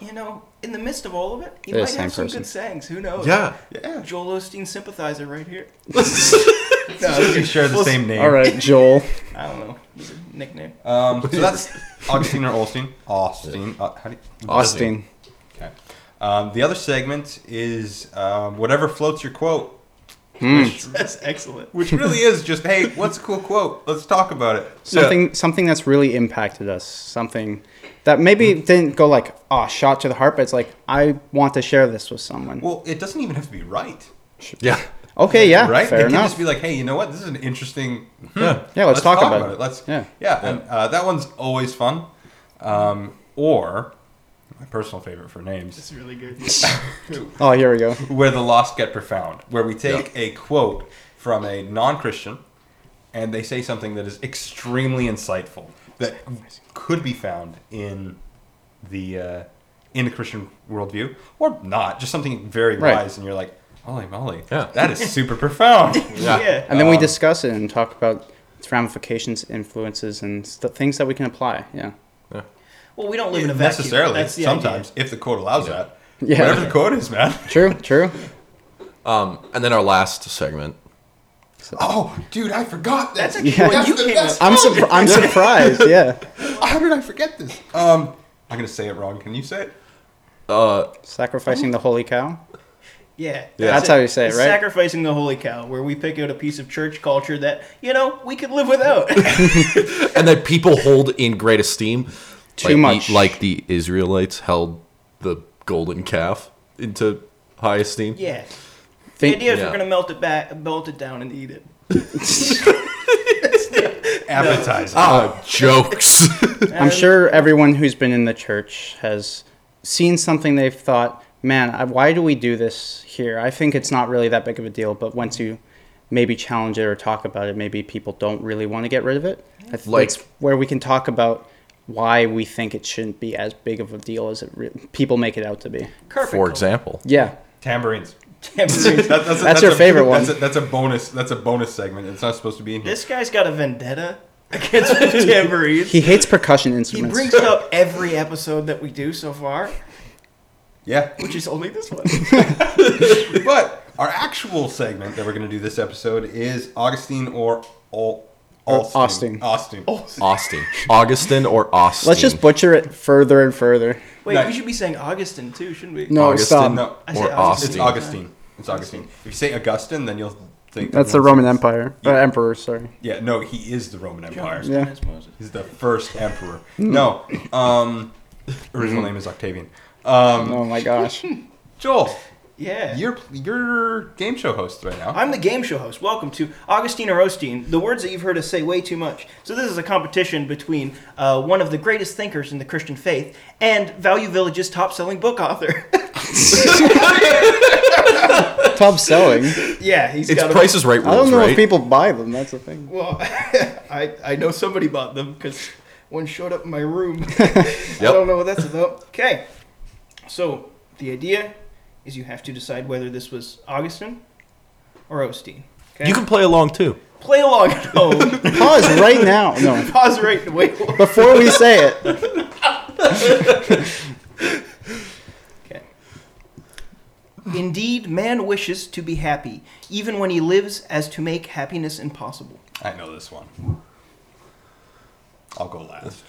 Speaker 1: you know, in the midst of all of it, you
Speaker 2: They're
Speaker 1: might
Speaker 2: the
Speaker 1: have
Speaker 2: same
Speaker 1: some
Speaker 2: person.
Speaker 1: good sayings. Who knows?
Speaker 4: yeah
Speaker 3: Yeah,
Speaker 1: Joel Osteen sympathizer right here.
Speaker 3: we can share the same name.
Speaker 2: All right, Joel.
Speaker 1: I don't know. It's a nickname.
Speaker 3: Um, so that's Augustine or Olstein. Austin. Uh, how do you,
Speaker 2: Austin.
Speaker 3: Okay. Um, the other segment is um, whatever floats your quote,
Speaker 2: Mm.
Speaker 1: That's excellent.
Speaker 3: which really is just hey, what's a cool quote? Let's talk about it.
Speaker 2: Something something that's really impacted us. Something that maybe
Speaker 3: Mm-hmm.
Speaker 2: didn't go like, ah, shot to the heart, but it's like, I want to share this with someone.
Speaker 3: Well, it doesn't even have to be right,
Speaker 4: yeah
Speaker 2: Okay, yeah,
Speaker 3: right? it
Speaker 2: fair
Speaker 3: can
Speaker 2: enough.
Speaker 3: just be like, hey, you know what? This is an interesting. hmm,
Speaker 2: Yeah, let's talk about it.
Speaker 3: Let's yeah,
Speaker 2: Yeah.
Speaker 3: And uh, that one's always fun. Um, or my personal favorite for names,
Speaker 1: That's really good.
Speaker 2: oh, here we go.
Speaker 3: where the lost get profound, where we take a quote from a non-Christian, and they say something that is extremely insightful that could be found in the uh, in the Christian worldview or not, just something very
Speaker 2: Right.
Speaker 3: wise, and you're like, holy moly,
Speaker 4: Yeah.
Speaker 3: that is super profound.
Speaker 4: Yeah.
Speaker 1: yeah.
Speaker 2: And then we
Speaker 3: Um,
Speaker 2: discuss it and talk about its ramifications, influences, and st- things that we can apply. Yeah.
Speaker 1: Well, we don't live in a vacuum.
Speaker 3: necessarily.
Speaker 1: That's the
Speaker 3: sometimes,
Speaker 1: idea.
Speaker 3: if the code allows
Speaker 4: Yeah.
Speaker 3: that.
Speaker 2: Yeah.
Speaker 3: Whatever the code is, man.
Speaker 2: True, true.
Speaker 4: Um, and then our last segment.
Speaker 3: Oh, dude, I forgot. That's
Speaker 1: a good one. You
Speaker 3: the
Speaker 1: came
Speaker 3: best.
Speaker 2: I'm surpri- I'm surprised. Yeah.
Speaker 3: How did I forget this? Um, I'm gonna say it wrong. Can you say it?
Speaker 4: Uh,
Speaker 2: Sacrificing the holy cow.
Speaker 1: Yeah,
Speaker 2: That's how you say it,
Speaker 1: It's
Speaker 2: right?
Speaker 1: Sacrificing the holy cow, where we pick out a piece of church culture that you know we could live without.
Speaker 4: and that people hold in great esteem.
Speaker 2: Too
Speaker 4: like
Speaker 2: much.
Speaker 4: The, like the Israelites held the golden calf into high esteem.
Speaker 1: yeah, the
Speaker 2: Think
Speaker 1: idea is we're
Speaker 4: Yeah.
Speaker 1: gonna melt it back, melt it down, and eat it.
Speaker 3: Appetizer. Uh,
Speaker 4: Ah, jokes.
Speaker 2: I'm sure everyone who's been in the church has seen something they've thought, man, I, why do we do this here? I think it's not really that big of a deal, but once you maybe challenge it or talk about it, maybe people don't really want to get rid of it. I think
Speaker 4: Like-
Speaker 2: that's where we can talk about why we think it shouldn't be as big of a deal as it re- people make it out to be.
Speaker 1: Carpet
Speaker 4: For
Speaker 1: cult.
Speaker 4: example,
Speaker 2: Yeah.
Speaker 3: Tambourines.
Speaker 1: Tambourine.
Speaker 3: That- that's, a-
Speaker 2: That's your
Speaker 3: a-
Speaker 2: favorite one.
Speaker 3: That's a, that's a bonus. That's a bonus segment. It's not supposed to be in here.
Speaker 1: this guy's got a vendetta against tambourines.
Speaker 2: He hates percussion
Speaker 1: He
Speaker 2: instruments.
Speaker 1: brings it up every episode that we do so far,
Speaker 3: Yeah,
Speaker 1: which is only this one.
Speaker 3: but our actual segment that we're gonna do this episode is Augustine or Al- Austin.
Speaker 2: Austin.
Speaker 3: Austin.
Speaker 4: Austin, Augustine, or Austin.
Speaker 2: Let's just butcher it further and further.
Speaker 1: Wait,
Speaker 3: No.
Speaker 1: we should be saying Augustine too, shouldn't we?
Speaker 2: No,
Speaker 4: Augustine,
Speaker 2: stop.
Speaker 3: No,
Speaker 1: I say
Speaker 4: or
Speaker 1: Augustine.
Speaker 3: it's
Speaker 4: Austin.
Speaker 3: Augustine. It's Augustine. If you say Augustine, then you'll think
Speaker 2: That's the Roman Empire. Or Emperor, sorry.
Speaker 3: Yeah, no, he is the Roman Empire.
Speaker 2: Yeah.
Speaker 3: He's the first emperor. No, um, original name is Octavian. Um,
Speaker 2: Oh my gosh.
Speaker 3: Joel,
Speaker 1: Yeah.
Speaker 3: you're you're game show host right now.
Speaker 1: I'm the game show host. Welcome to Augustine or Osteen, the words that you've heard us say way too much. So, this is a competition between uh, one of the greatest thinkers in the Christian faith and Value Village's top selling book author.
Speaker 2: Top selling.
Speaker 1: yeah, he's
Speaker 4: It's
Speaker 1: got a-
Speaker 4: Price is Right rules,
Speaker 2: I don't know
Speaker 4: right?
Speaker 2: if people buy them. That's the thing.
Speaker 1: Well, I, I know somebody bought them because one showed up in my room. I
Speaker 4: Yep.
Speaker 1: don't know what that's about. Okay. So the idea is you have to decide whether this was Augustine or Osteen. Okay.
Speaker 4: You can play along too.
Speaker 1: play along at home.
Speaker 2: Pause right now. No,
Speaker 1: Pause right and wait.
Speaker 2: before we say it.
Speaker 1: Okay. Indeed, man wishes to be happy, even when he lives as to make happiness impossible.
Speaker 3: I know this one. I'll go last.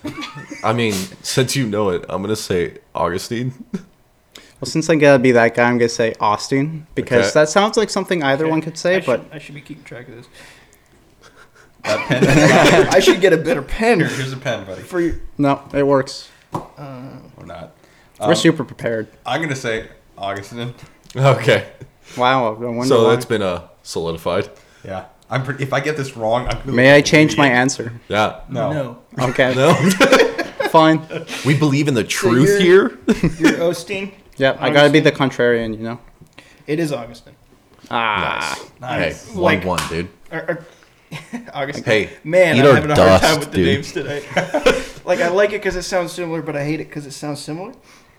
Speaker 4: I mean, since you know it, I'm gonna say Augustine.
Speaker 2: Well, since I gotta be that guy, I'm gonna say Austin because
Speaker 4: Okay.
Speaker 2: that sounds like something either one could say.
Speaker 1: I
Speaker 2: but
Speaker 1: should, I should be keeping track of this.
Speaker 3: That pen is not-
Speaker 1: I should get a better
Speaker 3: here,
Speaker 1: pen
Speaker 3: here's a pen, buddy.
Speaker 1: for you.
Speaker 2: no, it works.
Speaker 3: Or not.
Speaker 4: Um,
Speaker 2: We're super prepared.
Speaker 3: I'm gonna say Augustine.
Speaker 4: Okay,
Speaker 2: Wow, I wonder.
Speaker 4: so
Speaker 2: why.
Speaker 4: that's been uh, solidified.
Speaker 3: Yeah. I'm pretty, if I get this wrong, I'm gonna
Speaker 2: May
Speaker 3: look
Speaker 2: I
Speaker 3: like an
Speaker 2: change my
Speaker 3: idiot.
Speaker 2: answer?
Speaker 4: Yeah.
Speaker 3: No.
Speaker 1: no.
Speaker 2: Okay,
Speaker 4: No,
Speaker 2: fine.
Speaker 4: we believe in the truth
Speaker 1: you're-
Speaker 4: here.
Speaker 1: You're Osteen.
Speaker 2: Yep, I gotta be the contrarian, you know.
Speaker 1: It is Augustine.
Speaker 2: Ah,
Speaker 3: Nice.
Speaker 4: Hey, one
Speaker 1: Like-
Speaker 4: one, dude.
Speaker 1: Or, or, Augustine.
Speaker 4: Hey,
Speaker 1: man,
Speaker 4: eat
Speaker 1: I'm
Speaker 4: our
Speaker 1: having a hard
Speaker 4: dust,
Speaker 1: time with the
Speaker 4: dude.
Speaker 1: names today. like, I like it because it sounds similar, but I hate it because it sounds similar.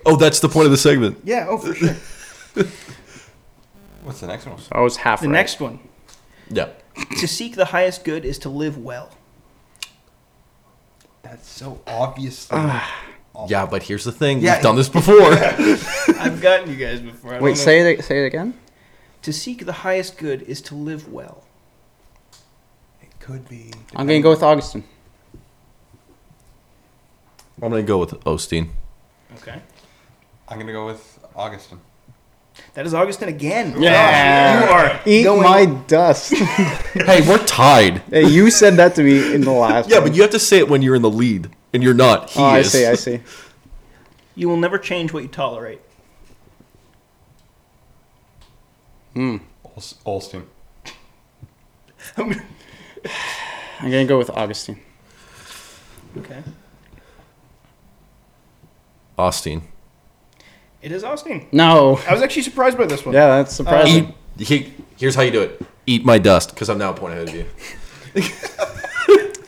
Speaker 4: Oh, that's the point of the segment.
Speaker 1: Yeah, oh, for sure.
Speaker 3: What's the next one?
Speaker 2: I was half.
Speaker 1: The
Speaker 2: right.
Speaker 1: next one.
Speaker 4: Yeah.
Speaker 1: To seek the highest good is to live well.
Speaker 3: That's so obviously.
Speaker 2: Ah,
Speaker 4: Yeah, but here's the thing.
Speaker 3: Yeah.
Speaker 4: We've done this before.
Speaker 1: I've gotten you guys before. I don't
Speaker 2: Wait,
Speaker 1: know.
Speaker 2: say it. Say it again.
Speaker 1: To seek the highest good is to live well.
Speaker 3: it could be.
Speaker 2: I'm gonna go with Augustine.
Speaker 4: I'm gonna go with Osteen.
Speaker 1: Okay.
Speaker 3: I'm gonna go with Augustine.
Speaker 1: That is Augustine again.
Speaker 2: Yeah.
Speaker 1: You are
Speaker 2: Eat
Speaker 1: going-
Speaker 2: my dust.
Speaker 4: Hey, we're tied.
Speaker 2: Hey, you said that to me in the last.
Speaker 4: Yeah,
Speaker 2: one.
Speaker 4: but you have to say it when you're in the lead, and you're not. He
Speaker 2: Oh, I
Speaker 4: is.
Speaker 2: see. I see.
Speaker 1: You will never change what you tolerate.
Speaker 3: Ols- Olstein.
Speaker 1: okay.
Speaker 2: I'm gonna go with Augustine.
Speaker 4: Austin.
Speaker 1: It is Augustine.
Speaker 2: No.
Speaker 1: I was actually surprised by this one.
Speaker 2: Yeah, that's surprising.
Speaker 4: Eat. He, here's how you do it. Eat my dust, because I'm now a point ahead of you.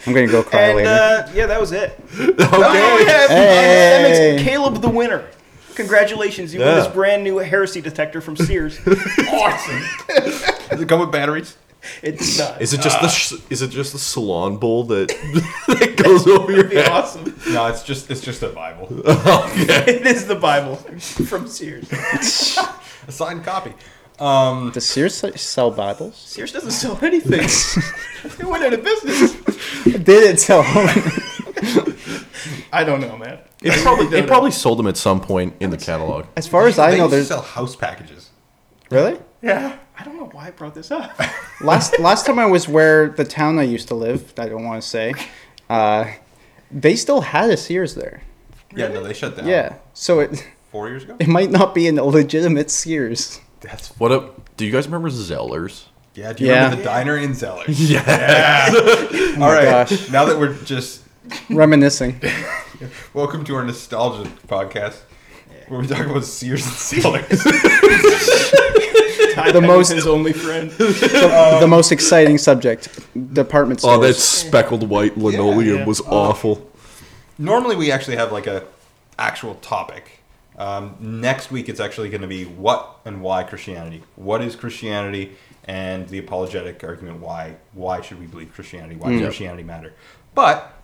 Speaker 2: I'm gonna go cry
Speaker 1: And
Speaker 2: later.
Speaker 1: uh, yeah, that was it.
Speaker 4: Okay.
Speaker 1: Oh, yeah.
Speaker 2: Hey.
Speaker 1: That makes Caleb the winner. Congratulations, you won
Speaker 4: Yeah.
Speaker 1: this brand new heresy detector from Sears.
Speaker 3: Awesome. Does it come with batteries?
Speaker 1: It's not.
Speaker 4: Is it just the sh- is it just the salon bowl that that goes over your
Speaker 1: It'd be
Speaker 4: head?
Speaker 1: awesome.
Speaker 3: No, it's just it's just a Bible,
Speaker 1: it is the Bible from Sears.
Speaker 3: a signed copy. Um,
Speaker 2: Does Sears se- sell Bibles?
Speaker 1: Sears doesn't sell anything. they went out of business.
Speaker 2: Did it sell?
Speaker 1: I don't know, man.
Speaker 4: It probably they probably sold them at some point in the catalog.
Speaker 2: as far as I
Speaker 3: they
Speaker 2: know,
Speaker 3: used to
Speaker 2: there's
Speaker 3: sell house packages.
Speaker 2: really.
Speaker 1: Yeah. I don't know why I brought this up.
Speaker 2: last last time I was where the town I used to live, I don't want to say, uh, they still had a Sears there.
Speaker 3: Yeah, no, they shut down.
Speaker 2: Yeah, so it
Speaker 3: four years ago.
Speaker 2: it might not be an legitimate Sears.
Speaker 3: That's
Speaker 4: What up? Do you guys remember Zellers?
Speaker 3: yeah. Do you
Speaker 2: Yeah. Oh
Speaker 3: remember the diner in Zellers?
Speaker 4: Yeah.
Speaker 3: All right.
Speaker 2: gosh.
Speaker 3: Now that we're just
Speaker 2: Reminiscing.
Speaker 3: welcome to our nostalgia podcast, where we talk about Sears and Zellers.
Speaker 1: Ty
Speaker 2: The most-
Speaker 1: Pennington's only friend.
Speaker 2: The, the most exciting subject, department
Speaker 4: Oh,
Speaker 2: stores.
Speaker 4: that speckled white linoleum
Speaker 1: yeah.
Speaker 4: was awful.
Speaker 3: Normally, we actually have like a actual topic. Um, next week, it's actually going to be what and why Christianity. What is Christianity and the apologetic argument? Why why should we believe Christianity? Why does Christianity matter? But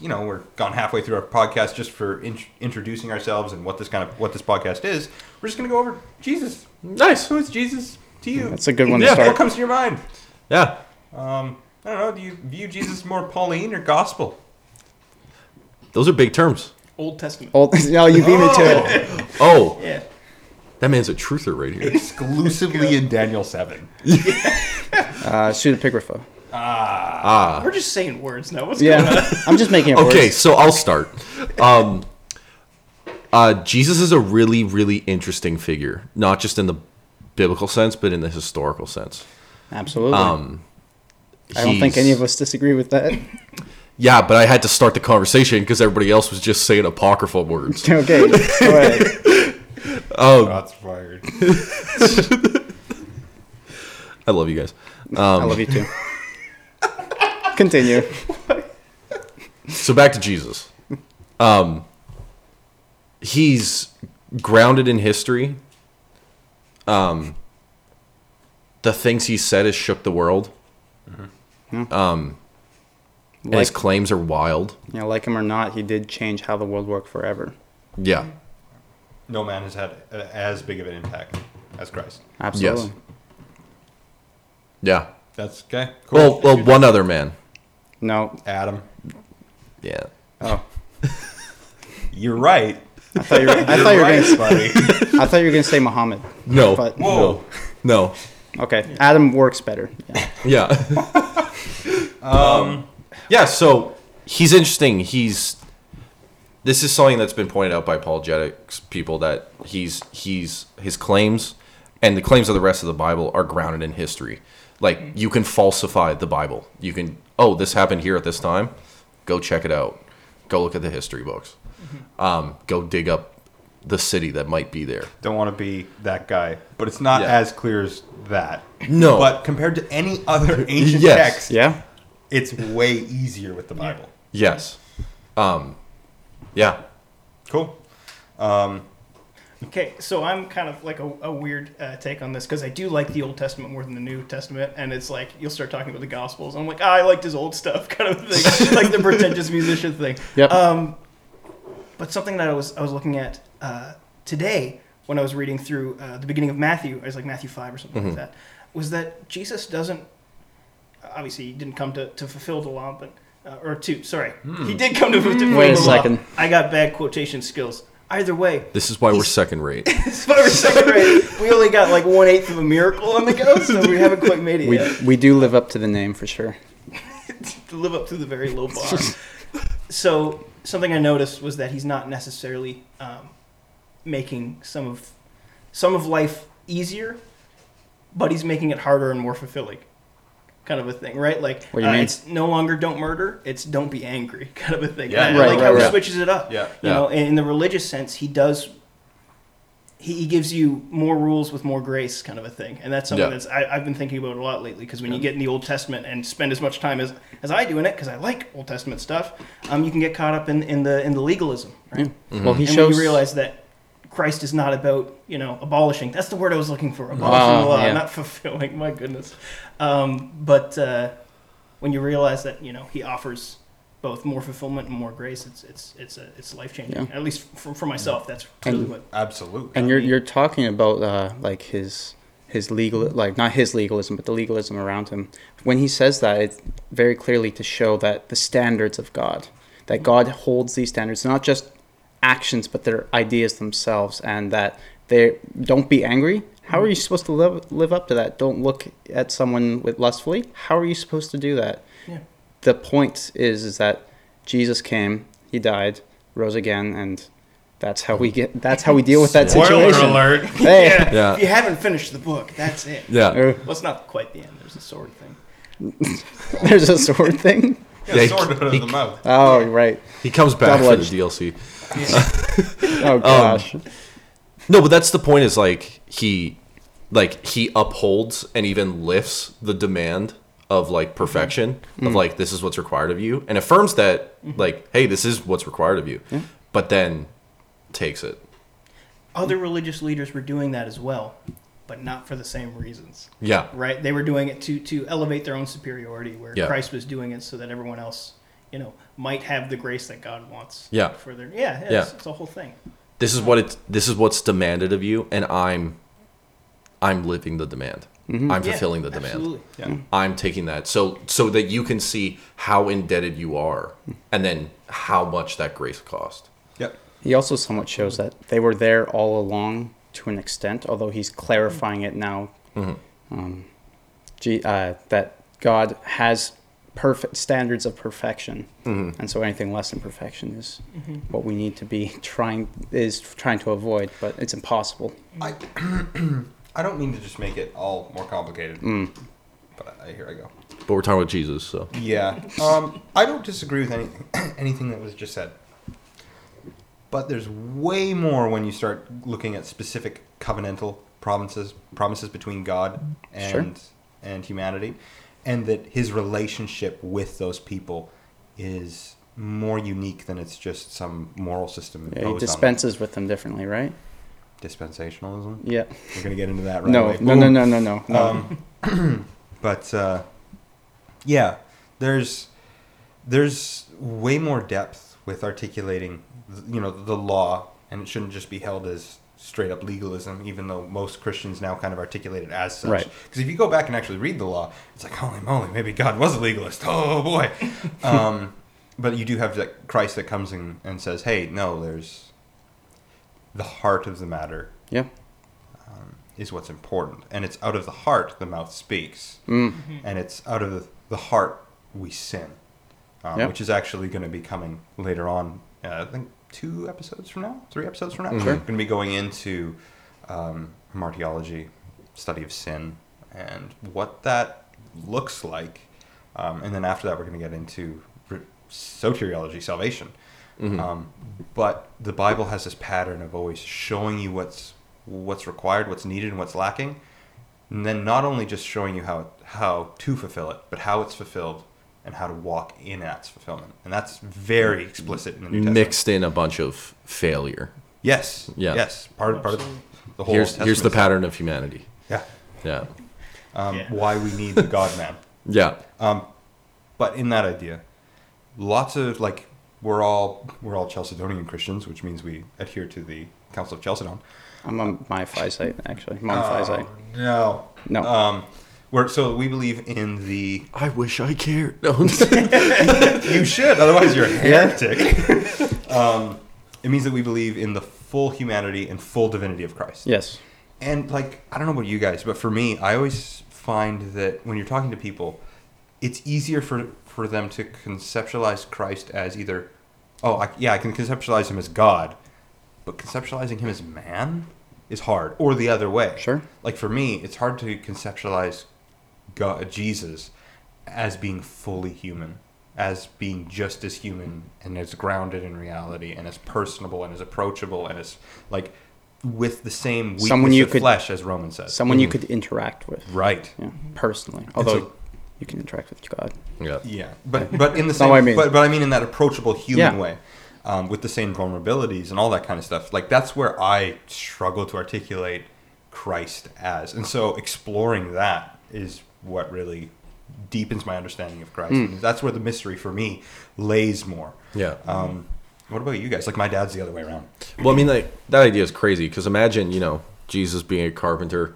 Speaker 3: you know, we're gone halfway through our podcast just for in- introducing ourselves and what this kind of what this podcast is. We're just going to go over Jesus.
Speaker 4: Nice.
Speaker 3: Who is Jesus to you?
Speaker 2: That's a good one to
Speaker 4: Yeah,
Speaker 3: What
Speaker 2: start.
Speaker 3: comes to your mind?
Speaker 4: Yeah.
Speaker 3: Um, I don't know. Do you view Jesus more Pauline or gospel?
Speaker 4: Those are big terms.
Speaker 1: Old Testament.
Speaker 2: Old, no, you beat me to it.
Speaker 4: Oh,
Speaker 1: Yeah.
Speaker 4: that man's a truther right here.
Speaker 3: Exclusively in Daniel seven.
Speaker 2: Uh, pseudepigrapha.
Speaker 4: Ah.
Speaker 1: We're just saying words now. What's going on?
Speaker 2: Yeah, I'm just making it
Speaker 4: Okay,
Speaker 2: worse.
Speaker 4: so I'll start. Um, uh, Jesus is a really, really interesting figure, not just in the biblical sense, but in the historical sense.
Speaker 2: Absolutely.
Speaker 4: Um,
Speaker 2: I don't think
Speaker 4: he's-
Speaker 2: any of us disagree with that.
Speaker 4: Yeah, but I had to start the conversation because everybody else was just saying apocryphal words.
Speaker 2: Okay, go ahead.
Speaker 3: Shots fired.
Speaker 4: I love you guys.
Speaker 2: I love you too. Continue.
Speaker 4: So back to Jesus. Um, he's grounded in history. Um, the things he said has shook the world. Um, and his
Speaker 2: Like,
Speaker 4: claims are wild.
Speaker 2: you know, like him or not, he did change how the world worked forever.
Speaker 4: Yeah.
Speaker 3: No man has had uh, as big of an impact as Christ.
Speaker 2: Absolutely.
Speaker 4: Yeah.
Speaker 3: That's okay.
Speaker 4: Well, well, one other man.
Speaker 2: No.
Speaker 3: Adam,
Speaker 4: Yeah.
Speaker 2: Oh,
Speaker 3: you're right.
Speaker 2: I thought you were. I
Speaker 3: You're
Speaker 2: thought you were
Speaker 3: right,
Speaker 2: gonna.
Speaker 3: buddy.
Speaker 2: I thought you were gonna say Muhammad.
Speaker 4: No.
Speaker 2: But-
Speaker 3: Whoa.
Speaker 4: No. No.
Speaker 2: Okay, Adam works better. Yeah.
Speaker 4: Yeah. um, yeah, so he's interesting. He's this is something that's been pointed out by apologetics people that he's he's his claims and the claims of the rest of the Bible are grounded in history. Like you can falsify the Bible. You can oh, this happened here at this time. Go check it out. Go look at the history books. Um, go dig up the city that might be there.
Speaker 3: Don't want to be that guy, but it's not
Speaker 4: Yeah.
Speaker 3: as clear as that.
Speaker 4: No.
Speaker 3: But compared to any other ancient
Speaker 4: Yes.
Speaker 3: text,
Speaker 2: Yeah.
Speaker 3: it's way easier with the Bible.
Speaker 4: Yes. Um, yeah.
Speaker 3: Cool.
Speaker 1: Okay, so I'm kind of like a, a weird uh, take on this because I do like the Old Testament more than the New Testament, and it's like you'll start talking about the Gospels, and I'm like, ah, I liked his old stuff, kind of thing, like the pretentious musician thing.
Speaker 2: Yep.
Speaker 1: Um, but something that I was I was looking at uh, today when I was reading through uh, the beginning of Matthew, I was like Matthew five or something
Speaker 2: Mm-hmm.
Speaker 1: like that, was that Jesus doesn't obviously he didn't come to, to fulfill the law, but uh, or two, sorry, he did come to fulfill
Speaker 2: Wait a
Speaker 1: the law.
Speaker 2: second.
Speaker 1: I got bad quotation skills. Either way,
Speaker 4: This is why we're second rate.
Speaker 1: it's why we're second grade. We only got like one eighth of a miracle on the go, so we haven't quite made it
Speaker 2: We
Speaker 1: yet
Speaker 2: we do live up to the name for sure.
Speaker 1: to live up to the very low bar. so something I noticed was that he's not necessarily um, making some of some of life easier, but he's making it harder and more fulfilling. Kind of a thing, right? Like uh,
Speaker 2: What do you mean?
Speaker 1: it's no longer don't murder; it's don't be angry, kind of a thing.
Speaker 3: Yeah,
Speaker 1: right?
Speaker 3: yeah,
Speaker 1: like
Speaker 2: Right,
Speaker 1: how
Speaker 2: right,
Speaker 1: he
Speaker 2: right.
Speaker 1: switches it up.
Speaker 3: Yeah,
Speaker 1: you
Speaker 4: yeah.
Speaker 1: know. In in the religious sense, he does. He, he gives you more rules with more grace, kind of a thing, and that's something
Speaker 4: Yeah.
Speaker 1: that's I, I've been thinking about a lot lately. Because when you get in the Old Testament and spend as much time as as I do in it, because I like Old Testament stuff, um, you can get caught up in, in the in the legalism, right?
Speaker 2: Well, he
Speaker 1: and when
Speaker 2: shows.
Speaker 1: you realize that Christ is not about you know abolishing. That's the word I was looking for. Abolishing
Speaker 2: Wow,
Speaker 1: the law,
Speaker 2: yeah.
Speaker 1: not fulfilling. My goodness. Um, but uh, when you realize that you know he offers both more fulfillment and more grace, it's it's it's a, it's life changing. At least for, for myself, that's really
Speaker 2: And-
Speaker 1: what.
Speaker 3: Absolutely.
Speaker 2: And you're you're talking about uh, like his his legal like not his legalism but the legalism around him. When he says that, it's very clearly to show that the standards of God, that God holds these standards, not just actions but their ideas themselves, and that they don't be angry. How are you supposed to live live up to that? Don't look at someone with lustfully. How are you supposed to do that?
Speaker 1: Yeah.
Speaker 2: the point is is that Jesus came, he died, rose again, and that's how we get that's how we deal with that
Speaker 4: Spoiler
Speaker 2: situation.
Speaker 5: alert.
Speaker 2: Hey.
Speaker 1: Yeah,
Speaker 4: Yeah.
Speaker 1: If you haven't finished the book, that's it.
Speaker 4: Yeah.
Speaker 2: Uh,
Speaker 1: Well, it's not quite the end. There's a sword thing.
Speaker 2: there's a sword thing.
Speaker 3: Yeah,
Speaker 4: Yeah, he-
Speaker 3: sword out of
Speaker 4: he-
Speaker 3: the mouth.
Speaker 2: Oh right.
Speaker 4: He comes back for the
Speaker 2: Double-edged.
Speaker 4: DLC.
Speaker 2: Oh gosh.
Speaker 4: No, but that's the point. Is like he, like he upholds and even lifts the demand of like perfection of like this is what's required of you, and affirms that like hey, this is what's required of you, but then takes it.
Speaker 1: Other religious leaders were doing that as well, but not for the same reasons.
Speaker 4: Yeah,
Speaker 1: right? They were doing it to to elevate their own superiority, where
Speaker 4: Yeah.
Speaker 1: Christ was doing it so that everyone else, you know, might have the grace that God wants.
Speaker 4: Yeah.
Speaker 1: For their yeah, yeah. It's,
Speaker 4: Yeah.
Speaker 1: it's a whole thing.
Speaker 4: this is what it's this is what's demanded of you, and I'm, I'm living the demand. I'm
Speaker 1: Yeah,
Speaker 4: fulfilling the demand.
Speaker 1: Absolutely.
Speaker 3: Yeah.
Speaker 4: I'm taking that so so that you can see how indebted you are, and then how much that grace cost.
Speaker 3: Yep.
Speaker 2: He also somewhat shows that they were there all along to an extent, although he's clarifying it now.
Speaker 3: Mm-hmm.
Speaker 2: Um, G- uh, that God has perfect standards of perfection,
Speaker 3: Mm-hmm.
Speaker 2: and so anything less than perfection is what we need to be trying is trying to avoid, but it's impossible.
Speaker 3: I, I don't mean to just make it all more complicated,
Speaker 2: Mm.
Speaker 3: but I, here I go.
Speaker 4: But we're talking about Jesus, so
Speaker 3: Yeah. Um, I don't disagree with anything anything that was just said. But there's way more when you start looking at specific covenantal promises promises between God and and humanity and that his relationship with those people is more unique than it's just some moral system
Speaker 2: Yeah, he
Speaker 3: imposed on
Speaker 2: dispenses with them differently, right?
Speaker 3: them. dispensationalism.
Speaker 2: Yeah.
Speaker 3: We're going to get into that right
Speaker 2: No,
Speaker 3: away.
Speaker 2: no,
Speaker 3: Boom.
Speaker 2: no, no, no, no, no.
Speaker 3: Um, but uh, yeah, there's there's way more depth with articulating, th- you know, the law, and it shouldn't just be held as straight up legalism, even though most Christians now kind of articulate it as such.
Speaker 2: Right.
Speaker 3: Because if you go back and actually read the law, it's like, holy moly, maybe God was a legalist. Oh boy. um, but you do have that Christ that comes in and says, hey, no, there's the heart of the matter
Speaker 2: yeah.
Speaker 3: is what's important. And it's out of the heart the mouth speaks.
Speaker 2: Mm.
Speaker 3: And it's out of the, the heart we sin, um,
Speaker 2: Yeah.
Speaker 3: which is actually going to be coming later on. Uh, I think two episodes from now, three episodes from now.
Speaker 4: Mhm.
Speaker 3: We're
Speaker 2: Mm-hmm.
Speaker 3: going to be going into um, martyrology, study of sin, and what that looks like. Um, and then after that, we're going to get into re- soteriology, salvation.
Speaker 4: Mm.
Speaker 3: Um, but the Bible has this pattern of always showing you what's what's required, what's needed, and what's lacking, and then not only just showing you how how to fulfill it, but how it's fulfilled and how to walk in its fulfillment. And that's very explicit in the New Testament.
Speaker 4: Mm. mixed in a bunch of failure.
Speaker 3: Yes.
Speaker 4: Yeah.
Speaker 3: Yes. Part part of the whole.
Speaker 4: here's here's the
Speaker 3: Testament.
Speaker 4: pattern of humanity.
Speaker 3: Yeah.
Speaker 4: Yeah,
Speaker 3: Um,
Speaker 1: Yeah.
Speaker 3: Why we need the God Man.
Speaker 4: yeah,
Speaker 3: But in that idea, lots of like we're all we're all Chalcedonian Christians, which means we adhere to the Council of Chalcedon.
Speaker 2: I'm on my physite, actually. I'm on physite.
Speaker 3: No.
Speaker 2: No.
Speaker 3: Um, we're, so we believe in the.
Speaker 4: I wish I cared. No,
Speaker 3: You should, otherwise you're a heretic. um, it means that we believe in the full humanity and full divinity of Christ.
Speaker 2: yes.
Speaker 3: And like, I don't know about you guys, but for me, I always find that when you're talking to people, it's easier for for them to conceptualize Christ as either, oh I, yeah, I can conceptualize him as God, but conceptualizing him as man is hard, or the other way.
Speaker 2: Sure.
Speaker 3: Like for me, it's hard to conceptualize God, Jesus as being fully human, as being just as human and as grounded in reality and as personable and as approachable and as like with the same weakness
Speaker 2: Someone you
Speaker 3: of
Speaker 2: could-
Speaker 3: flesh as Roman says.
Speaker 2: Someone you could interact with.
Speaker 3: right.
Speaker 2: Yeah, personally.
Speaker 3: And so-
Speaker 2: Although you can interact with God.
Speaker 4: yeah,
Speaker 3: Yeah, but but in the
Speaker 2: That's not
Speaker 3: same,
Speaker 2: what I mean.
Speaker 3: but but I mean in that approachable human
Speaker 2: Yeah.
Speaker 3: way. um, with the same vulnerabilities and all that kind of stuff. Like that's where I struggle to articulate Christ as, and so exploring that is what really deepens my understanding of Christ.
Speaker 2: Hmm.
Speaker 3: And That's where the mystery for me lays more.
Speaker 4: Yeah.
Speaker 3: Um, what about you guys? Like my dad's the other way around.
Speaker 4: Well, I mean, like that idea is crazy because imagine, you know, Jesus being a carpenter.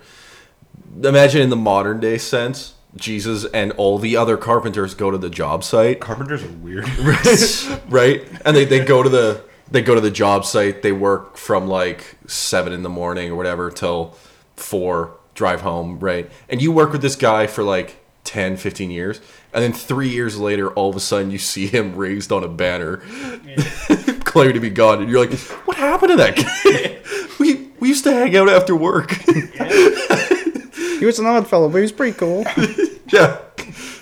Speaker 4: Imagine in the modern day sense, Jesus and all the other carpenters go to the job site,
Speaker 3: Carpenters are weird.
Speaker 4: right? And they, they go to the they go to the job site. They work from like seven in the morning or whatever till four, drive home, right? And you work with this guy for like 10, 15 years, and then three years later, all of a sudden, you see him raised on a banner, claiming to be God, and you're like, "What happened to that guy? we we used to hang out after work."
Speaker 2: He was an odd fellow, but he was pretty cool.
Speaker 4: yeah,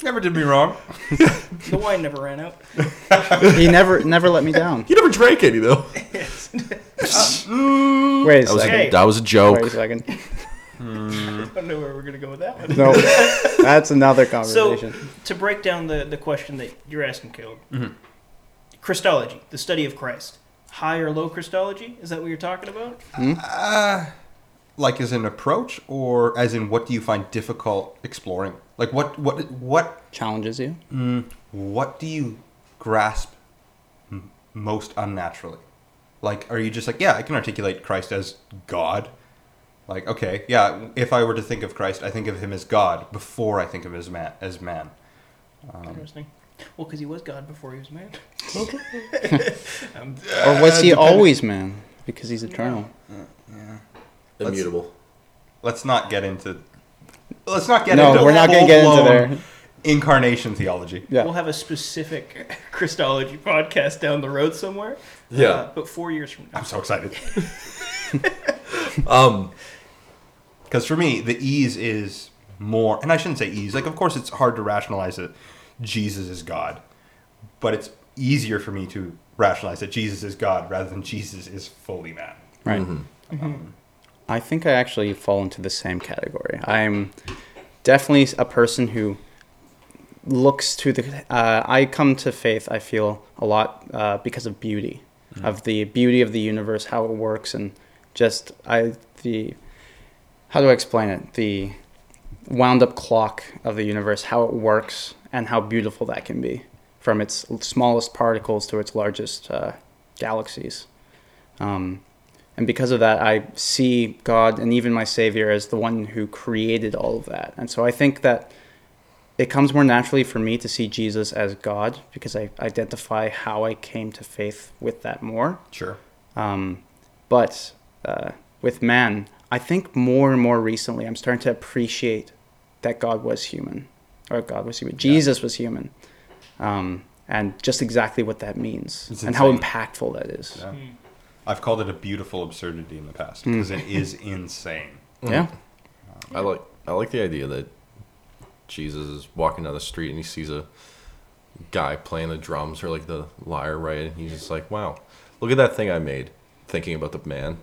Speaker 3: Never did me wrong.
Speaker 1: The wine never ran out.
Speaker 2: he never never let me down.
Speaker 4: he never drank any though.
Speaker 2: Wait a
Speaker 4: That was,
Speaker 2: second.
Speaker 1: Hey.
Speaker 4: that was a
Speaker 2: Wait a
Speaker 4: joke.
Speaker 2: second.
Speaker 1: I don't know where we're gonna go with that one.
Speaker 2: No, that's another
Speaker 1: So,
Speaker 2: conversation.
Speaker 1: to break down the, the question that you're asking, Caleb,
Speaker 4: Mm-hmm.
Speaker 1: Christology, the study of Christ, high or low Christology, is that what you're talking about?
Speaker 3: like as an approach or as in what do you find difficult exploring like what what what
Speaker 2: Challenges you.
Speaker 3: what do you grasp m- most unnaturally like are you just like yeah i can articulate christ as god like okay yeah if i were to think of christ i think of him as god before i think of him as man as man
Speaker 1: Interesting. Well, because he was God before he was man.
Speaker 2: Or was he always man? Because he's eternal.
Speaker 4: Immutable.
Speaker 3: let's not get into let's not get
Speaker 2: No,
Speaker 3: into
Speaker 2: we're not gonna get into
Speaker 3: full-blown
Speaker 2: there.
Speaker 3: incarnation theology
Speaker 2: Yeah.
Speaker 1: We'll have a specific Christology podcast down the road somewhere.
Speaker 4: Yeah.
Speaker 1: Uh, but four years from now.
Speaker 3: i'm so excited
Speaker 4: Um,
Speaker 3: Because for me, the ease is more, and I shouldn't say ease. Like, of course, it's hard to rationalize that Jesus is God, but it's easier for me to rationalize that Jesus is God rather than Jesus is fully man.
Speaker 2: Right. I think I actually fall into the same category. I'm definitely a person who looks to the. Uh, I come to faith. I feel a lot uh, because of beauty, of the beauty of the universe, how it works, and just I the. How do I explain it? The wound up clock of the universe, how it works, and how beautiful that can be, from its smallest particles to its largest uh, galaxies. Um, and because of that, I see God and even my Savior as the one who created all of that. And so I think that it comes more naturally for me to see Jesus as God because I identify how I came to faith with that more.
Speaker 3: Sure.
Speaker 2: Um, but uh, with man, I think more and more recently, I'm starting to appreciate that God was human, or God was human. Jesus was human, um, and just exactly what that means
Speaker 3: It's
Speaker 2: and how
Speaker 3: insane.
Speaker 2: impactful that is.
Speaker 3: Yeah. I've called it a beautiful absurdity in the past
Speaker 4: Hmm.
Speaker 3: because it is insane.
Speaker 2: yeah.
Speaker 4: I like I like the idea that Jesus is walking down the street and he sees a guy playing the drums or like the lyre, right? And he's just like, "Wow, look at that thing I made." Thinking about the man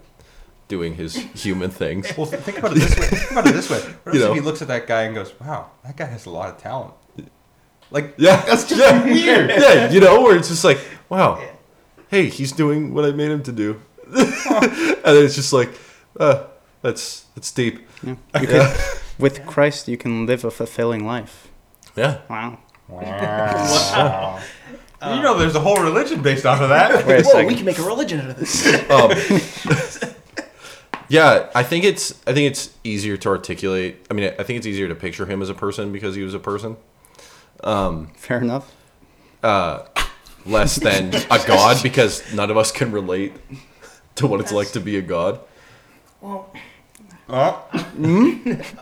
Speaker 4: doing his human things.
Speaker 3: Well, th- think about it this way. Think about it this way. What
Speaker 4: You
Speaker 3: else
Speaker 4: know.
Speaker 3: if he looks at that guy and goes, "Wow, that guy has a lot of talent." Like,
Speaker 4: Yeah, that's just yeah. weird. Yeah, you know, where it's just like, "Wow, hey, he's doing what I made him to do," and then it's just like, uh, "That's that's deep."
Speaker 2: Yeah. You
Speaker 4: Yeah.
Speaker 2: could, with Christ, you can live a fulfilling life.
Speaker 4: Yeah,
Speaker 2: Wow.
Speaker 3: wow. you know, there's a whole religion based off of
Speaker 2: Wait a
Speaker 3: that.
Speaker 1: Whoa, we
Speaker 2: second.
Speaker 1: can make a religion out of this.
Speaker 4: Um, Yeah, I think it's I think it's easier to articulate. I mean, I think it's easier to picture him as a person because he was a person,
Speaker 2: Fair enough.
Speaker 4: less than a god because none of us can relate to what it's like to be a god.
Speaker 1: well,
Speaker 3: Huh?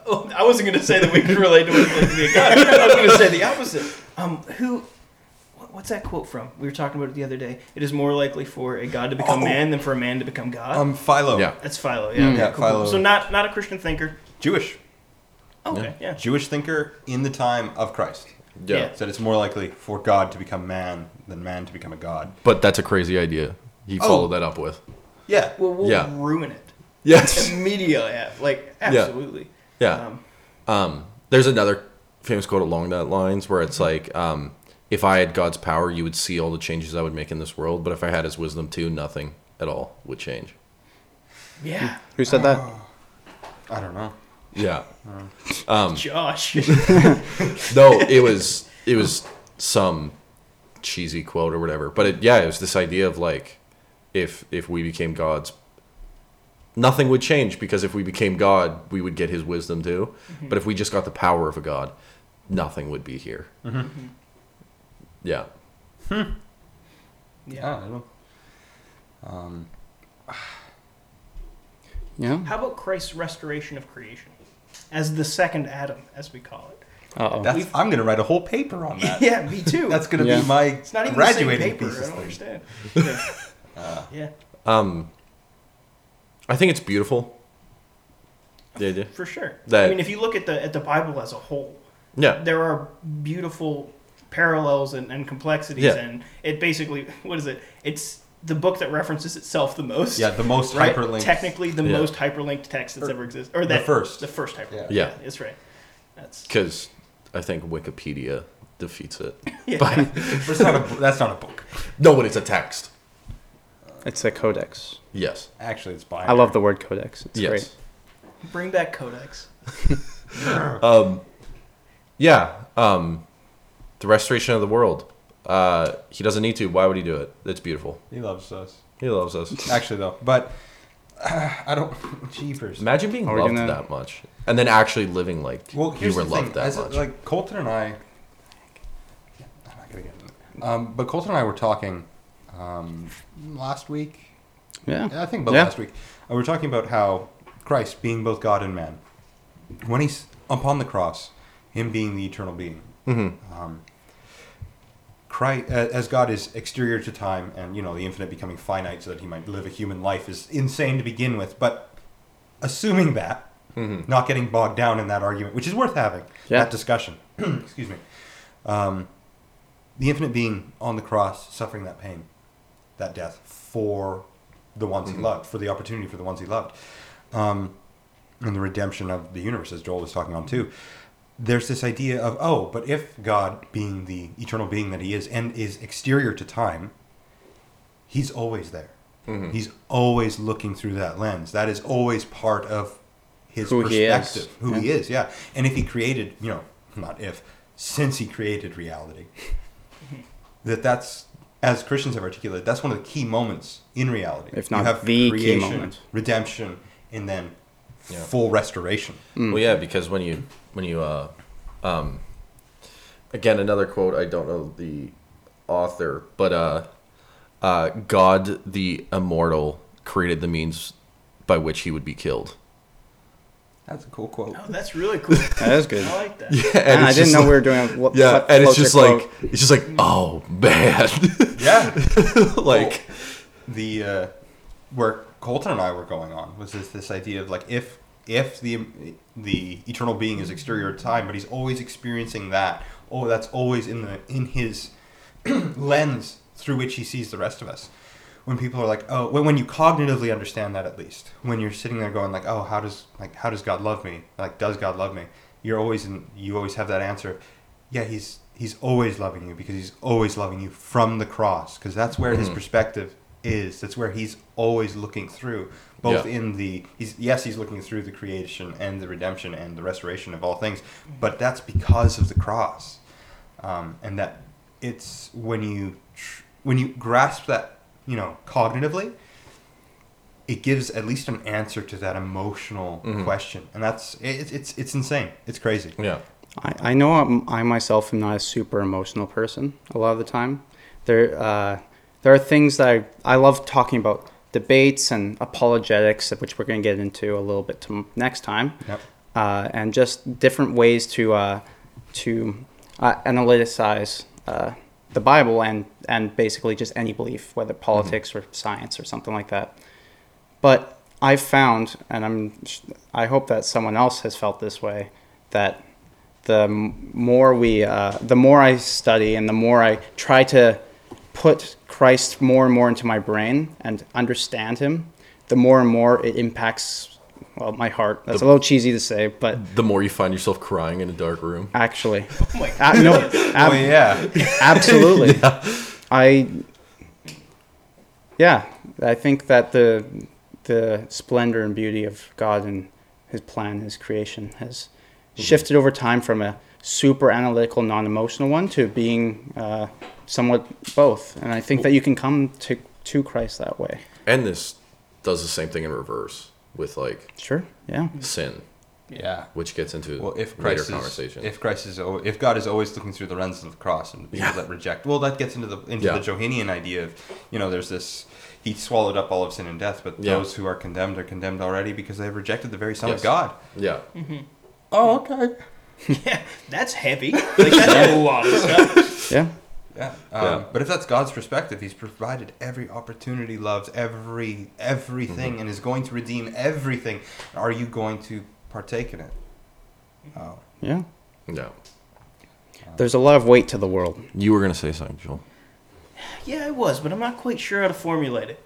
Speaker 1: Oh, I wasn't going to say that we could relate to what it's like to be a god. I was going to say the opposite. Um, who? wh- What's that quote from? We were talking about it the other day. It is more likely for a god to become
Speaker 3: Oh.
Speaker 1: man than for a man to become God.
Speaker 3: Um, Philo.
Speaker 4: Yeah.
Speaker 1: That's Philo. Yeah. okay,
Speaker 3: Yeah,
Speaker 1: cool, cool.
Speaker 3: Philo.
Speaker 1: So not not a Christian thinker.
Speaker 3: Jewish.
Speaker 1: Okay. Yeah.
Speaker 3: Jewish thinker in the time of Christ
Speaker 4: Yeah.
Speaker 1: Yeah.
Speaker 3: said it's more likely for God to become man than man to become a god.
Speaker 4: But that's a crazy idea. He followed that up with.
Speaker 3: Yeah.
Speaker 1: Well, we'll
Speaker 4: Yeah.
Speaker 1: ruin it Um,
Speaker 4: Yes.
Speaker 1: immediately. yeah, Like absolutely.
Speaker 4: Yeah.
Speaker 1: Um,
Speaker 4: Um, there's another famous quote along that lines where it's like, um, if I had God's power, you would see all the changes I would make in this world. But if I had His wisdom too, nothing at all would change.
Speaker 1: Yeah.
Speaker 2: Who said that?
Speaker 3: I don't know.
Speaker 4: Yeah.
Speaker 1: Josh.
Speaker 4: No, it was it was some cheesy quote or whatever. But it, yeah, it was this idea of like if if we became gods, nothing would change because if we became God, we would get His wisdom too.
Speaker 2: Mm-hmm.
Speaker 4: But if we just got the power of a God, nothing would be here.
Speaker 2: Mm-hmm.
Speaker 4: Yeah.
Speaker 1: yeah.
Speaker 3: I don't know. Um,
Speaker 2: Yeah.
Speaker 1: How about Christ's restoration of creation as the second Adam, as we call it?
Speaker 2: Uh oh.
Speaker 3: that's, I'm going to write a whole paper on that.
Speaker 1: yeah, me too.
Speaker 3: That's going to
Speaker 2: Yeah.
Speaker 3: be my
Speaker 1: it's not even
Speaker 3: graduating
Speaker 1: the same paper. I
Speaker 3: thesis Uh,
Speaker 1: don't
Speaker 3: thing.
Speaker 1: understand. Yeah. yeah,
Speaker 4: I think it's beautiful. The idea.
Speaker 1: for sure. I
Speaker 4: That-
Speaker 1: mean, if you look at the at the Bible as a whole,
Speaker 4: Yeah.
Speaker 1: there are beautiful parallels and, and complexities,
Speaker 4: Yeah.
Speaker 1: and it basically what is it? It's the book that references itself the most.
Speaker 3: Yeah, the most
Speaker 1: right?
Speaker 3: hyperlinked.
Speaker 1: Technically, the
Speaker 4: Yeah.
Speaker 1: most hyperlinked text that's
Speaker 3: Or-
Speaker 1: ever existed, or
Speaker 3: the
Speaker 1: that
Speaker 3: first.
Speaker 1: the first hyperlink.
Speaker 4: Yeah.
Speaker 1: that's right. That's
Speaker 4: Because I think Wikipedia defeats it.
Speaker 1: yeah.
Speaker 3: But it's not a, that's not a book.
Speaker 4: No, but it's a text.
Speaker 2: It's a codex.
Speaker 4: Yes.
Speaker 3: Actually, it's binary.
Speaker 2: I love the word codex. It's
Speaker 4: yes.
Speaker 2: great.
Speaker 1: Bring back Codex.
Speaker 4: Yeah. Um, the restoration of the world. Uh, he doesn't need to. Why would he do it? It's beautiful.
Speaker 3: He loves us.
Speaker 4: He loves us.
Speaker 3: Actually, though, but uh, I don't. Jeepers.
Speaker 4: Imagine being
Speaker 2: Are we
Speaker 4: loved
Speaker 2: gonna-
Speaker 4: that much, and then actually living like
Speaker 3: Well,
Speaker 4: you
Speaker 3: here's
Speaker 4: were
Speaker 3: the
Speaker 4: loved
Speaker 3: thing.
Speaker 4: that
Speaker 3: As,
Speaker 4: much.
Speaker 3: Like Colton and I, I'm not gonna get into it. Um, but Colton and I were talking um, last week.
Speaker 2: Yeah.
Speaker 3: I think about
Speaker 2: Yeah.
Speaker 3: last week. Uh, we were talking about how Christ, being both God and man, when he's upon the cross, him being the eternal being, um, Christ, as God is exterior to time, and you know the infinite becoming finite, so that he might live a human life is insane to begin with. But assuming that, not getting bogged down in that argument, which is worth having
Speaker 2: Yeah.
Speaker 3: that discussion. Excuse me. Um, the infinite being on the cross, suffering that pain, that death for the ones he loved, for the opportunity for the ones he loved, um, and the redemption of the universe, as Joel was talking on too. There's this idea of oh, but if God, being the eternal being that He is, and is exterior to time, He's always there.
Speaker 2: Mm-hmm.
Speaker 3: He's always looking through that lens. That is always part of His
Speaker 2: Who he is.
Speaker 3: perspective, who He is. Yeah, and if He created, you know, not if, since He created reality, that that's as Christians have articulated, that's one of the key moments in reality.
Speaker 2: If not the key moment.
Speaker 3: redemption, and then
Speaker 4: Yeah.
Speaker 3: full restoration.
Speaker 4: Well, yeah, because when you when you uh, um, again another quote I don't know the author, but uh, uh, God the immortal created the means by which he would be killed.
Speaker 3: That's a cool quote.
Speaker 1: Oh, that's really cool.
Speaker 2: That is good.
Speaker 1: I like that.
Speaker 4: Yeah,
Speaker 2: Man,
Speaker 4: and
Speaker 2: I
Speaker 4: it's
Speaker 2: didn't
Speaker 4: just
Speaker 2: know we
Speaker 4: like-
Speaker 2: were doing. A, what,
Speaker 4: Yeah,
Speaker 2: what
Speaker 4: and it's
Speaker 2: closer
Speaker 4: just
Speaker 2: quote.
Speaker 4: like it's just like oh man,
Speaker 3: Yeah,
Speaker 4: like
Speaker 3: the uh, where Colton and I were going on was this this idea of like if if the the eternal being is exterior to time, but he's always experiencing that. Oh, that's always in the in his lens through which he sees the rest of us. When people are like, oh, when, when you cognitively understand that, at least when you're sitting there going like, oh, how does like how does God love me? Like, does God love me? You're always in. You always have that answer. Yeah, he's he's always loving you because he's always loving you from the cross because that's where his perspective is. That's where he's always looking through, both
Speaker 4: Yeah.
Speaker 3: in the he's yes he's looking through the creation and the redemption and the restoration of all things, but that's because of the cross um, and that it's when you tr- when you grasp that you know cognitively it gives at least an answer to that emotional
Speaker 4: Mm-hmm.
Speaker 3: question and that's it, it's it's insane it's crazy
Speaker 4: yeah,
Speaker 2: I, I know I'm, I myself am not a super emotional person a lot of the time. There, uh, there are things that I, I love talking about debates and apologetics, which we're going to get into a little bit to next time,
Speaker 3: Yep.
Speaker 2: uh, and just different ways to uh, to uh, analyticize uh, the Bible and and basically just any belief, whether politics or science or something like that. But I found, and I'm, I hope that someone else has felt this way, that the m- more we, uh, the more I study and the more I try to put Christ more and more into my brain and understand Him, the more and more it impacts well, my heart. That's a little cheesy to say, but
Speaker 4: The more you find yourself crying in a dark room.
Speaker 2: actually,
Speaker 1: Oh my God.
Speaker 2: a- no,
Speaker 3: Oh
Speaker 2: ab-
Speaker 3: yeah.
Speaker 2: absolutely. I, yeah, I think that the the splendor and beauty of God and His plan, His creation, has shifted over time from a super analytical, non-emotional one to being uh, somewhat both. And I think that you can come to to Christ that way.
Speaker 4: And this does the same thing in reverse with like
Speaker 2: Sure. Yeah.
Speaker 4: sin,
Speaker 3: Yeah.
Speaker 4: which gets into
Speaker 3: Well, if
Speaker 4: later
Speaker 3: Christ is,
Speaker 4: conversation.
Speaker 3: if Christ is, al- if God is always looking through the lens of the cross and the people
Speaker 4: Yeah.
Speaker 3: that reject, well, that gets into the into
Speaker 4: Yeah.
Speaker 3: the Johannine idea of, you know, there's this, he swallowed up all of sin and death, but
Speaker 4: Yeah.
Speaker 3: those who are condemned are condemned already because they have rejected the very Son
Speaker 4: Yes.
Speaker 3: of God.
Speaker 4: yeah.
Speaker 3: Oh, okay.
Speaker 1: Yeah, that's heavy. Like, that's a lot of stuff.
Speaker 2: Yeah.
Speaker 3: Yeah. Um,
Speaker 4: Yeah.
Speaker 3: But if that's God's perspective, He's provided every opportunity, loves every everything, and is going to redeem everything. Are you going to partake in it? Oh.
Speaker 2: Yeah.
Speaker 4: Yeah.
Speaker 2: There's a lot of weight to the world.
Speaker 4: You were going to say something, Joel.
Speaker 1: Yeah, I was, but I'm not quite sure how to formulate it.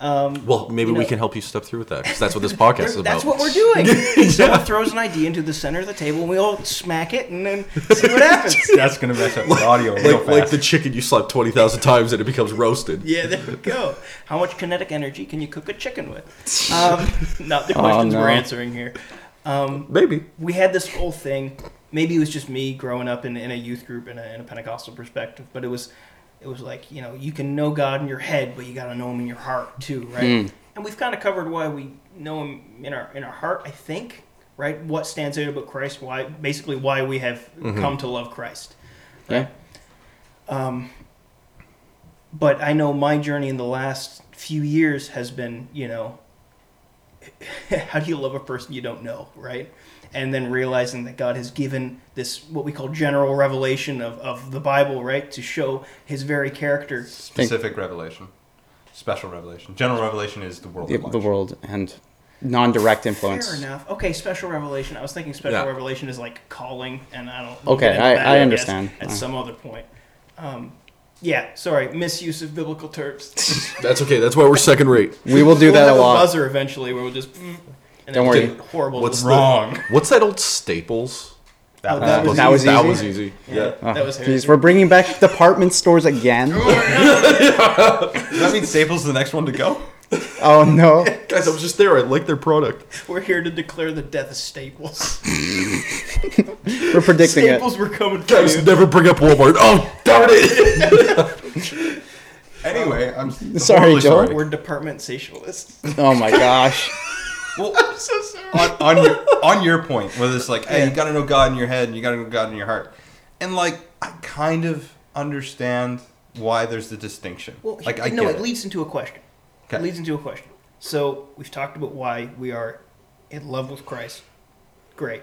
Speaker 1: Um,
Speaker 4: Well, maybe
Speaker 1: You
Speaker 4: we
Speaker 1: know-
Speaker 4: can help you step through with that 'cause that's what this podcast is
Speaker 1: there-
Speaker 4: about.
Speaker 1: that's what we're doing. Someone throws an idea into the center of the table, and we all smack it, and then see what happens.
Speaker 3: That's gonna mess up the audio real
Speaker 4: like,
Speaker 3: fast.
Speaker 4: like the chicken you slapped 20,000 times and it becomes roasted.
Speaker 1: Yeah, there we go. How much kinetic energy can you cook a chicken with? Um, not the
Speaker 2: Oh,
Speaker 1: questions we're
Speaker 2: no.
Speaker 1: answering here. Um,
Speaker 4: Maybe.
Speaker 1: we had this whole thing. Maybe it was just me growing up in, in a youth group in a, in a Pentecostal perspective, but it was it was like you know you can know God in your head, but you got to know Him in your heart too, right? And we've kind of covered why we know Him in our in our heart, I think, right? What stands out about Christ? Why basically why we have come to love Christ.
Speaker 2: Yeah.
Speaker 1: Um, but I know my journey in the last few years has been, you know, how do you love a person you don't know, right? And then realizing that God has given this what we call general revelation of, of the Bible, right, to show His very character.
Speaker 3: Specific revelation. Special revelation. General revelation is the world.
Speaker 2: The,
Speaker 3: at large.
Speaker 2: the world and non-direct influence.
Speaker 1: Fair enough. Okay, special revelation. I was thinking special
Speaker 4: Yeah.
Speaker 1: revelation is like calling, and I don't.
Speaker 2: Okay,
Speaker 1: we'll get into
Speaker 2: I-
Speaker 1: that,
Speaker 2: I
Speaker 1: guess,
Speaker 2: understand.
Speaker 1: At
Speaker 2: Uh.
Speaker 1: some other point. Um, yeah, sorry, misuse of biblical terms.
Speaker 4: That's okay. That's why we're second rate.
Speaker 2: We will do
Speaker 1: we'll
Speaker 2: that
Speaker 1: have
Speaker 2: a lot.
Speaker 1: buzzer eventually where we'll just. mm, and
Speaker 2: Don't
Speaker 1: it'll
Speaker 2: worry.
Speaker 1: get Horrible.
Speaker 4: What's
Speaker 3: Wrong.
Speaker 4: The, what's that old Staples?
Speaker 3: That,
Speaker 1: Oh,
Speaker 3: was-
Speaker 1: that was
Speaker 2: That was easy?
Speaker 4: that was easy. Yeah.
Speaker 2: Oh,
Speaker 1: that was
Speaker 2: geez, we're bringing back department stores again.
Speaker 3: Does that mean Staples is the next one to go?
Speaker 2: oh no.
Speaker 4: Guys, I was just there. I like their product.
Speaker 1: We're here to declare the death of Staples.
Speaker 2: We're predicting
Speaker 1: Staples were coming for
Speaker 4: Guys,
Speaker 1: you.
Speaker 4: never bring up Walmart. Oh, darn it.
Speaker 3: Anyway, I'm s-
Speaker 2: Sorry,
Speaker 3: horribly
Speaker 2: Joel.
Speaker 1: We're departmentationalists.
Speaker 2: it. Oh my gosh.
Speaker 3: Well,
Speaker 1: I'm so sorry.
Speaker 3: on, on your on your point, where it's like, hey, you got to know God in your head, and you got to know God in your heart, and like I kind of understand why there's the distinction.
Speaker 1: Well,
Speaker 3: like I
Speaker 1: no, it
Speaker 3: get it.
Speaker 1: leads into a question. It
Speaker 3: Okay.
Speaker 1: leads into a question. So we've talked about why we are in love with Christ. Great.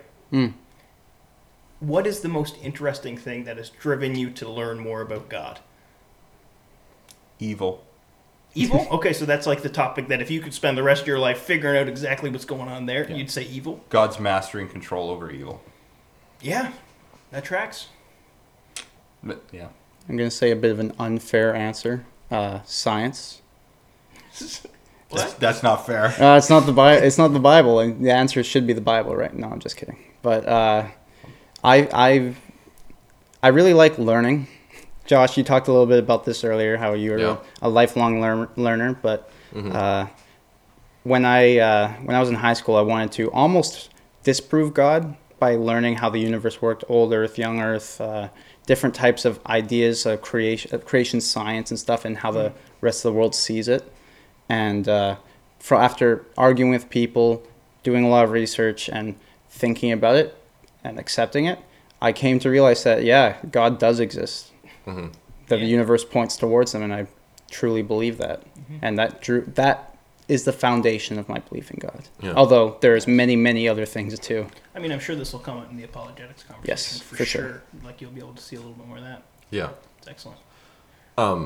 Speaker 1: What is the most interesting thing that has driven you to learn more about God?
Speaker 3: evil.
Speaker 1: Evil? okay, so that's like the topic that if you could spend the rest of your life figuring out exactly what's going on there, you'd say evil.
Speaker 3: God's mastery and control over evil.
Speaker 1: Yeah, that tracks.
Speaker 3: But, yeah.
Speaker 2: I'm gonna say a bit of an unfair answer. Uh, science.
Speaker 3: That's,
Speaker 1: What?
Speaker 3: that's not fair.
Speaker 2: Uh, it's not the Bi- It's not the Bible, and the answer should be the Bible, right? No, I'm just kidding. But uh, I I I really like learning. Josh, you talked a little bit about this earlier, how you were
Speaker 4: Yeah.
Speaker 2: a lifelong learn- learner. But
Speaker 1: Mm-hmm.
Speaker 2: uh, when I uh, when I was in high school, I wanted to almost disprove God by learning how the universe worked, old Earth, young Earth, uh, different types of ideas of creation, of creation science and stuff, and how the rest of the world sees it. And uh, fro- after arguing with people, doing a lot of research, and thinking about it and accepting it, I came to realize that yeah, God does exist that the
Speaker 1: Yeah.
Speaker 2: universe points towards them, and I truly believe that. And that drew that is the foundation of my belief in God.
Speaker 4: Yeah.
Speaker 2: Although there is many, many other things too.
Speaker 1: I mean, I'm sure this will come up in the apologetics conversation
Speaker 2: Yes,
Speaker 1: for,
Speaker 2: for
Speaker 1: sure.
Speaker 2: sure.
Speaker 1: Like you'll be able to see a little bit more of that.
Speaker 4: Yeah.
Speaker 1: It's excellent.
Speaker 4: Um,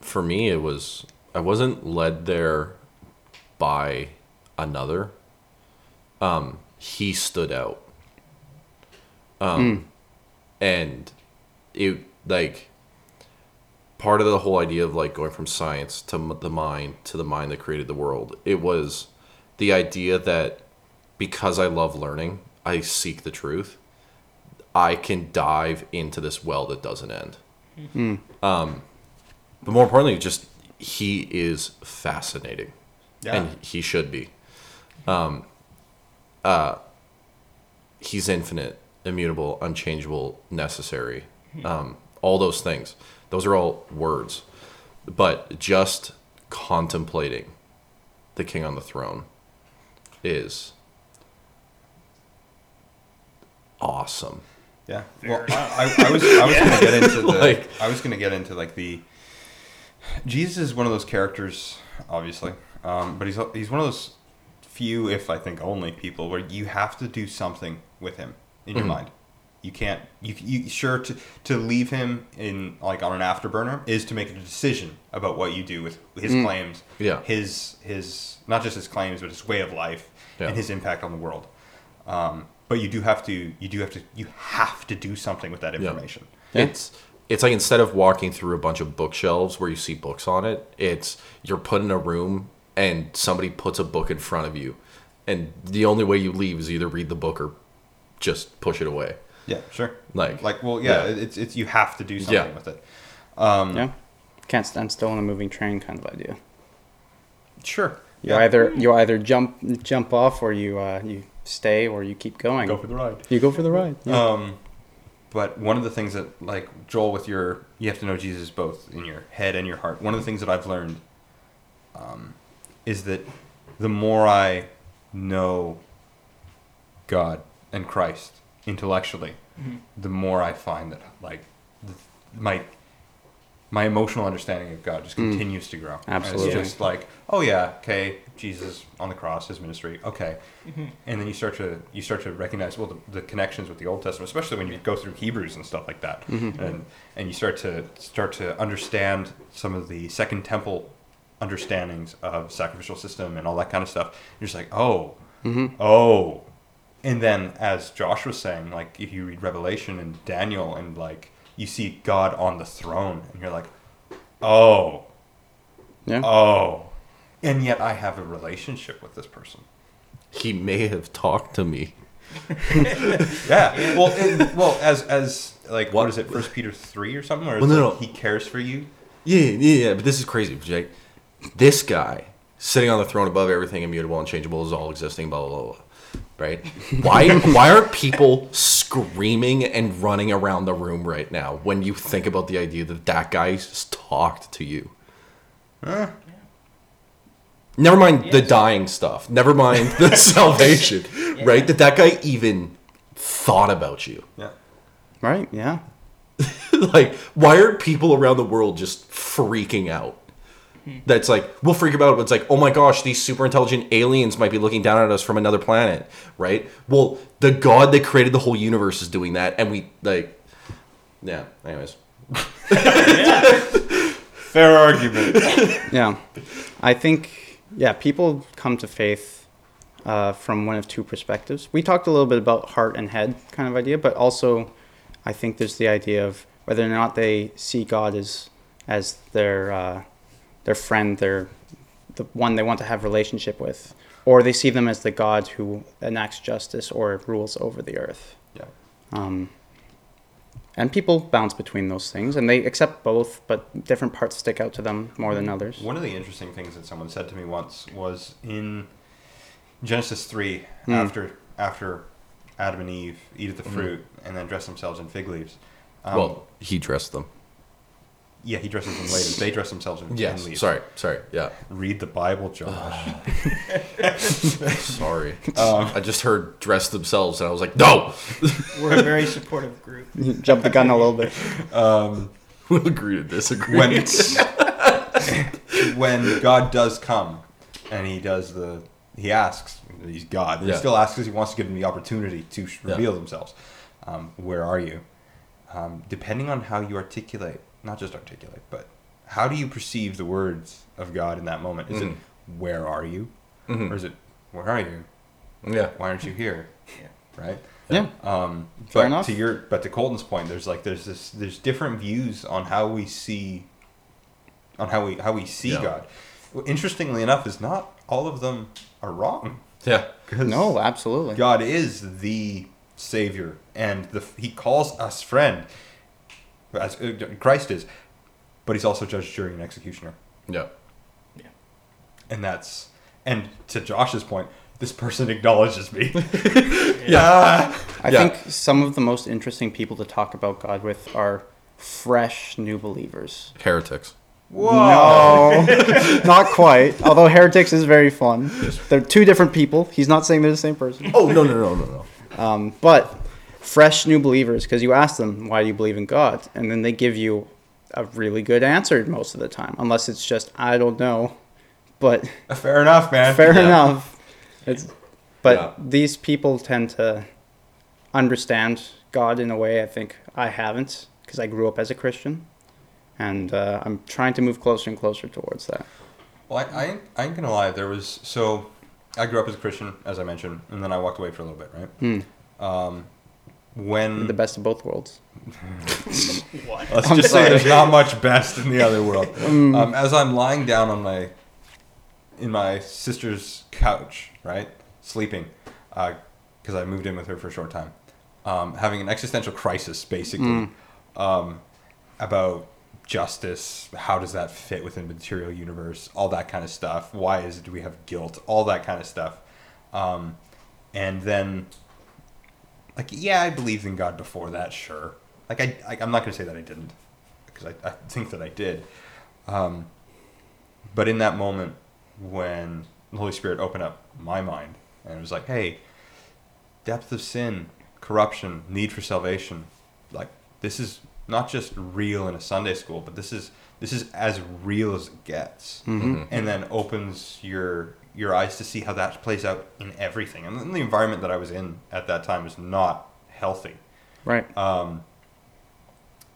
Speaker 4: for me, it was I wasn't led there by another. Um, he stood out. Um, and it like part of the whole idea of like going from science to m- the mind to the mind that created the world. It was the idea that because I love learning, I seek the truth. I can dive into this well that doesn't end. Um, but more importantly, just he is fascinating,
Speaker 3: Yeah.
Speaker 4: and he should be. Um, uh, he's infinite, immutable, unchangeable, necessary. Um, all those things. Those are all words, but just contemplating the king on the throne is awesome.
Speaker 3: Yeah. Well, I, I, I was I was gonna get into the
Speaker 4: Like-
Speaker 3: I was gonna get into like the Jesus is one of those characters, obviously, um, but he's he's one of those few, if I think only, people where you have to do something with him in
Speaker 4: Mm-hmm.
Speaker 3: your mind. You can't you, you sure to to leave him in like on an afterburner is to make a decision about what you do with his claims,
Speaker 4: Mm. Yeah.
Speaker 3: his his not just his claims but his way of life
Speaker 4: Yeah.
Speaker 3: and his impact on the world. Um, but you do have to you do have to you have to do something with that
Speaker 4: Yeah.
Speaker 3: information.
Speaker 4: It's it's like instead of walking through a bunch of bookshelves where you see books on it, it's you're put in a room and somebody puts a book in front of you, and the only way you leave is either read the book or just push it away.
Speaker 3: Yeah, sure.
Speaker 4: Like-
Speaker 3: like well, yeah,
Speaker 4: yeah.
Speaker 3: it's it's you have to do something
Speaker 4: Yeah.
Speaker 3: with it.
Speaker 2: yeah, can't stand still on a moving train kind of idea.
Speaker 3: Sure.
Speaker 2: You either you either jump jump off or you uh, you stay or you keep going.
Speaker 3: Go for the ride.
Speaker 2: you go for the ride. Yeah.
Speaker 3: Um, but one of the things that, like Joel, with your, you have to know Jesus both in your head and your heart. One of the things that I've learned um, is that the more I know God and Christ intellectually, the more I find that like th- my my emotional understanding of God just continues to grow. And
Speaker 2: Absolutely.
Speaker 3: it's just like, oh yeah, okay, Jesus on the cross, his ministry, okay, and then you start to you start to recognize well the, the connections with the Old Testament, especially when you go through Hebrews and stuff like that, and and you start to start to understand some of the Second Temple understandings of sacrificial system and all that kind of stuff. You're just like, oh, oh, and then as Josh was saying, like if you read Revelation and Daniel and like you see God on the throne, and you're like, oh,
Speaker 2: yeah.
Speaker 3: oh, and yet I have a relationship with this person.
Speaker 4: He may have talked to me.
Speaker 3: Yeah. Well, it, well, as as like what is it? First Peter three or something? Or
Speaker 4: Well, no,
Speaker 3: like,
Speaker 4: no.
Speaker 3: he cares for you.
Speaker 4: Yeah, yeah, yeah. But this is crazy, Jake. This guy sitting on the throne above everything immutable, unchangeable, is all existing, blah blah blah. blah. Right? Why why are people screaming and running around the room right now when you think about the idea that that guy's talked to you? Never mind the
Speaker 1: Yes.
Speaker 4: dying stuff. Never mind the salvation. Right? That that guy even thought about you.
Speaker 3: Yeah.
Speaker 2: Right. Yeah.
Speaker 4: like why are people around the world just freaking out that's like we'll freak about it but it's like oh my gosh these super intelligent aliens might be looking down at us from another planet right well the god that created the whole universe is doing that and we like yeah anyways
Speaker 3: Fair argument.
Speaker 2: Yeah. I think, yeah, people come to faith uh, from one of two perspectives. We talked a little bit about heart and head kind of idea, but also I think there's the idea of whether or not they see God as, as their, uh, their friend, their, the one they want to have relationship with, or they see them as the God who enacts justice or rules over the earth.
Speaker 3: yeah.
Speaker 2: Um, and people bounce between those things, and they accept both, but different parts stick out to them more than others.
Speaker 3: One of the interesting things that someone said to me once was in Genesis three,
Speaker 2: Hmm.
Speaker 3: after after Adam and Eve eat the fruit and then dress themselves in fig leaves. Um,
Speaker 4: well he dressed them
Speaker 3: yeah, he dresses them later. They dress themselves in, in
Speaker 4: yes
Speaker 3: leaves.
Speaker 4: sorry sorry yeah
Speaker 3: Read the Bible, Josh.
Speaker 4: sorry Um, i just heard dress themselves and i was like no
Speaker 1: We're a very supportive group.
Speaker 2: Jump the gun a little bit.
Speaker 4: we'll agree to disagree
Speaker 3: when when God does come and he does the he asks he's God but
Speaker 4: Yeah.
Speaker 3: he still asks because he wants to give them the opportunity to sh-
Speaker 4: Yeah.
Speaker 3: reveal themselves um, where are you um, depending on how you articulate not just articulate but how do you perceive the words of God in that moment is
Speaker 4: Mhm.
Speaker 3: it where are you
Speaker 4: Mhm.
Speaker 3: or is it where are you
Speaker 4: yeah
Speaker 3: why aren't you here
Speaker 1: Yeah.
Speaker 3: right
Speaker 2: Yeah.
Speaker 3: um,
Speaker 2: Fair
Speaker 3: but
Speaker 2: enough.
Speaker 3: to your but to Colton's point, there's like there's this there's different views on how we see on how we how we see
Speaker 4: Yeah.
Speaker 3: God. Well, Interestingly enough, is not all of them are wrong.
Speaker 4: Yeah.
Speaker 3: 'Cause
Speaker 2: No, absolutely.
Speaker 3: God is the Savior, and the He calls us friend, as uh, Christ is, but He's also judge, jury, and executioner,
Speaker 4: Yeah.
Speaker 3: and that's and to Josh's point, this person acknowledges me.
Speaker 2: I
Speaker 4: Yeah.
Speaker 2: think some of the most interesting people to talk about God with are fresh new believers.
Speaker 4: Heretics.
Speaker 2: No, not quite. Although heretics is very fun. They're two different people. He's not saying they're the same person.
Speaker 4: Oh no no no no no.
Speaker 2: Um, but fresh new believers, because you ask them, why do you believe in God? And then they give you a really good answer most of the time, unless it's just, I don't know. But
Speaker 3: Fair enough, man.
Speaker 2: fair enough. It's, but
Speaker 4: Yeah.
Speaker 2: these people tend to understand God in a way I think I haven't, because I grew up as a Christian. And uh, I'm trying to move closer and closer towards that.
Speaker 3: Well, I, I, ain't, I ain't gonna lie. There was so I grew up as a Christian, as I mentioned, and then I walked away for a little bit, right? Um, when
Speaker 2: Hmm. The best of both worlds.
Speaker 1: What?
Speaker 3: Let's just say there's not much best in the other world. Um, as I'm lying down on my in my sister's couch, right, sleeping, because I moved in with her for a short time, um, having an existential crisis basically um, about justice. How does that fit within the material universe? All that kind of stuff. Why is it, do we have guilt? All that kind of stuff. Um, and then like yeah i believed in god before that sure like i, I i'm not going to say that i didn't because I, I think that i did um, but in that moment when the holy spirit opened up my mind and it was like hey depth of sin corruption need for salvation like this is not just real in a sunday school but this is this is as real as it gets and then opens your your eyes to see how that plays out in everything. And the environment that I was in at that time was not healthy.
Speaker 2: Right.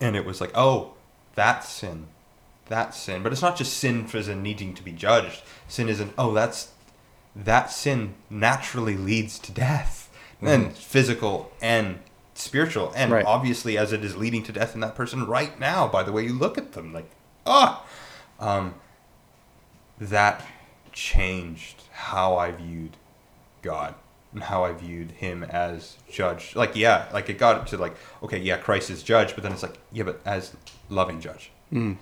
Speaker 3: And it was like, oh, that's sin. That's sin. But it's not just sin for as in needing to be judged. Sin isn't, oh, that's that sin naturally leads to death. And physical and spiritual. And
Speaker 2: Right.
Speaker 3: obviously as it is leading to death in that person right now by the way you look at them. Like, ah um, that changed how I viewed God and how I viewed him as judge. Like, yeah, like it got to like, okay, yeah, Christ is judge, but then it's like, yeah, but as loving judge. Um,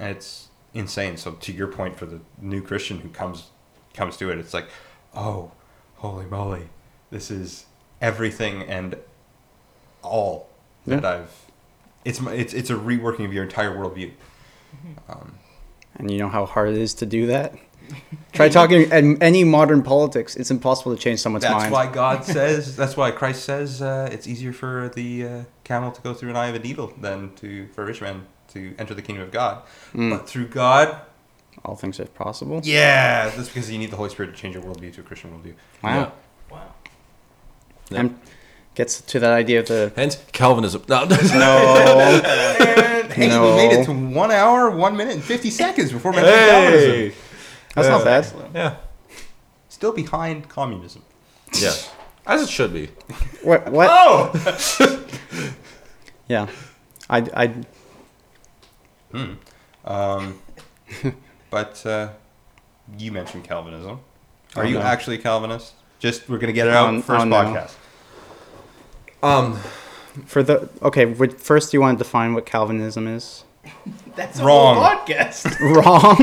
Speaker 3: and it's insane. So to your point, for the new Christian who comes comes to it, it's like, oh, holy moly, this is everything and all that I've. It's my, it's it's a reworking of your entire worldview.
Speaker 2: And you know how hard it is to do that? Try talking and any modern politics. It's impossible to change someone's
Speaker 3: That's
Speaker 2: mind.
Speaker 3: why God says. That's why Christ says uh, it's easier for the uh, camel to go through an eye of a needle than to for a rich man to enter the kingdom of God. But through God,
Speaker 2: All things are possible.
Speaker 3: yeah, that's because you need the Holy Spirit to change your worldview to a Christian worldview.
Speaker 2: Wow.
Speaker 1: Wow.
Speaker 4: Yeah.
Speaker 2: And gets to that idea of the
Speaker 4: Hence Calvinism. No,
Speaker 2: no.
Speaker 3: And hey,
Speaker 2: No.
Speaker 3: we made it to one hour, one minute, and fifty seconds before mentioning Calvinism.
Speaker 4: Hey.
Speaker 2: That's not bad.
Speaker 4: Yeah.
Speaker 3: Still behind communism.
Speaker 4: Yeah. As it should be.
Speaker 2: What? What?
Speaker 3: Oh,
Speaker 2: Yeah. I. I.
Speaker 3: um, but uh, you mentioned Calvinism. Are
Speaker 2: Oh,
Speaker 3: you
Speaker 2: no.
Speaker 3: actually a Calvinist? Just we're gonna get it out
Speaker 2: Um,
Speaker 3: first
Speaker 2: oh, no.
Speaker 3: podcast.
Speaker 4: Um
Speaker 2: For the okay. would- First, do you want to define what Calvinism is?
Speaker 1: That's a
Speaker 3: Wrong.
Speaker 1: whole podcast.
Speaker 2: Wrong.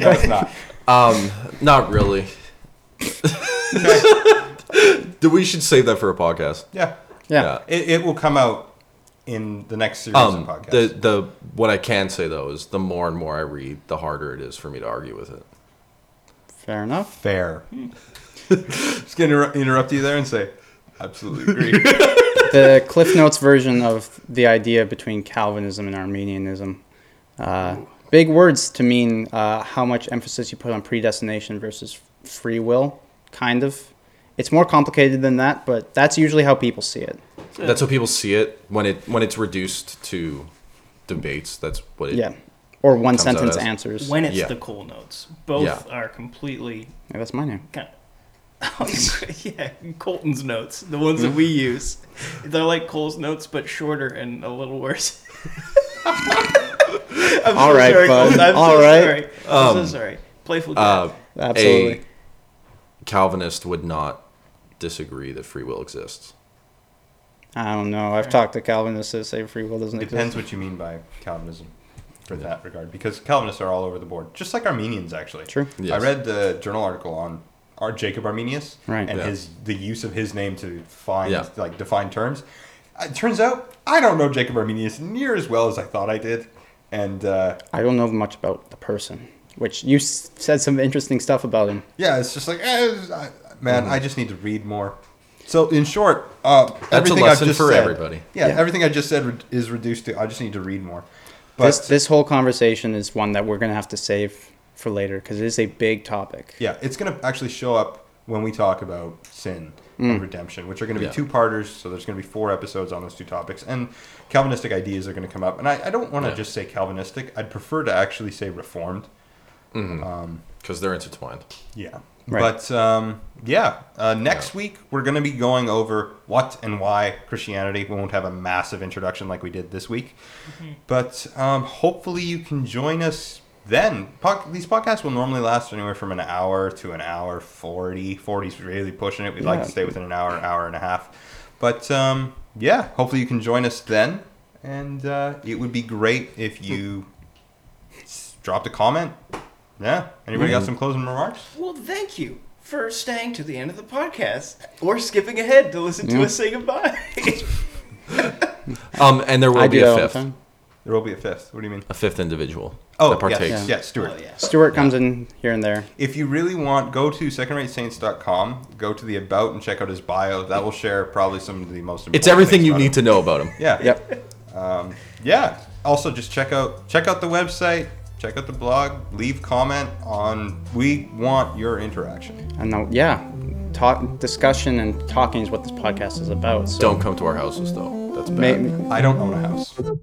Speaker 3: No, it's not.
Speaker 4: um not really. Do- we should save that for a podcast.
Speaker 3: Yeah.
Speaker 2: yeah.
Speaker 3: It, it will come out in the next series
Speaker 4: Um
Speaker 3: of podcasts.
Speaker 4: the the what I can say though is the more and more I read, the harder it is for me to argue with it.
Speaker 2: Fair enough.
Speaker 3: Fair. Just going to interrupt you there and say, absolutely agree.
Speaker 2: The Cliff Notes version of the idea between Calvinism and Armenianism. Uh, big words to mean uh, how much emphasis you put on predestination versus free will. Kind of. It's more complicated than that, but that's usually how people see it.
Speaker 4: That's how people see it when it when it's reduced to debates. That's what it
Speaker 2: Yeah. Or one
Speaker 4: Comes out
Speaker 2: sentence
Speaker 4: as-
Speaker 2: answers.
Speaker 1: When it's
Speaker 4: Yeah.
Speaker 1: the cool notes, both
Speaker 4: Yeah.
Speaker 1: are completely
Speaker 2: Yeah, that's my name.
Speaker 1: kind of. yeah, Colton's notes, the ones that we use, they're like Cole's notes but shorter and a little worse. I'm
Speaker 2: All
Speaker 1: so
Speaker 2: right, Um,
Speaker 1: sorry,
Speaker 2: bud.
Speaker 1: Colton. I'm
Speaker 2: All
Speaker 1: so
Speaker 2: right.
Speaker 1: sorry. I'm so sorry. Playful.
Speaker 4: Uh,
Speaker 1: dad.
Speaker 4: a-
Speaker 2: Absolutely.
Speaker 4: Calvinist would not disagree that free will exists.
Speaker 2: I don't know. I've talked to Calvinists that say free will doesn't exist.
Speaker 3: Depends what you mean by Calvinism for
Speaker 4: Yeah.
Speaker 3: that regard, because Calvinists are all over the board, just like Armenians actually.
Speaker 2: True.
Speaker 3: I
Speaker 4: Yes.
Speaker 3: read the journal article on our Jacob Arminius
Speaker 2: Right.
Speaker 3: and
Speaker 4: Yeah.
Speaker 3: his the use of his name to find
Speaker 4: Yeah.
Speaker 3: like define terms. It turns out I don't know Jacob Arminius near as well as I thought I did, and uh,
Speaker 2: I don't know much about the person, which you s- said some interesting stuff about him.
Speaker 3: yeah, it's just like eh, I, man,
Speaker 4: Mm-hmm.
Speaker 3: I just need to read more. So in short, uh,
Speaker 4: a
Speaker 3: everything I've
Speaker 4: lesson
Speaker 3: just
Speaker 4: for
Speaker 3: said-
Speaker 4: everybody.
Speaker 3: Yeah,
Speaker 2: Yeah.
Speaker 3: everything I just said re- is reduced to I just need to read more. But
Speaker 2: this this whole conversation is one that we're gonna have to save for later because it is a big topic.
Speaker 3: Yeah, it's going to actually show up when we talk about sin and redemption, which are going to be
Speaker 4: Mm. Yeah.
Speaker 3: two parters. So there's going to be four episodes on those two topics, and Calvinistic ideas are going to come up. And I, I don't want to
Speaker 4: Yeah.
Speaker 3: just say Calvinistic. I'd prefer to actually say Reformed.
Speaker 4: Because they're intertwined.
Speaker 3: Yeah.
Speaker 2: Right.
Speaker 3: But um, yeah, uh, next week we're going to be going over what and why Christianity. We won't have a massive introduction like we did this week,
Speaker 2: Mm-hmm.
Speaker 3: but um, hopefully you can join us then. Po- these podcasts will normally last anywhere from an hour to an hour 40. 40 is really pushing it. We'd like
Speaker 2: Yeah.
Speaker 3: to stay within an hour, hour and a half. But um, yeah, hopefully you can join us then. And uh, it would be great if you s- dropped a comment. Yeah. Anybody
Speaker 2: Mm.
Speaker 3: got some closing remarks?
Speaker 1: Well, thank you for staying to the end of the podcast or skipping ahead to listen to
Speaker 2: Yeah.
Speaker 1: us say goodbye.
Speaker 4: Um, and there will
Speaker 2: I
Speaker 4: be
Speaker 2: do that
Speaker 4: a
Speaker 2: all the
Speaker 4: fifth,
Speaker 2: time.
Speaker 3: There will be a fifth. What do you mean?
Speaker 4: a fifth individual
Speaker 3: Oh,
Speaker 4: that partakes.
Speaker 3: yes, yes, Stuart.
Speaker 1: oh, yeah.
Speaker 2: Stuart comes in here and there.
Speaker 3: If you really want, go to secondratesaints.com, go to the about, and check out his bio. That will share probably some of the most. Important
Speaker 4: It's everything
Speaker 3: things
Speaker 4: you
Speaker 3: about
Speaker 4: need to know about him.
Speaker 3: him. Yeah,
Speaker 2: Yep.
Speaker 3: um, yeah. Also, just check out check out the website, check out the blog, leave comment on. We want your interaction.
Speaker 2: And now, yeah, talk, discussion and talking is what this podcast is about. So
Speaker 4: Don't come to our houses though. That's bad.
Speaker 2: may-
Speaker 3: I don't own a house.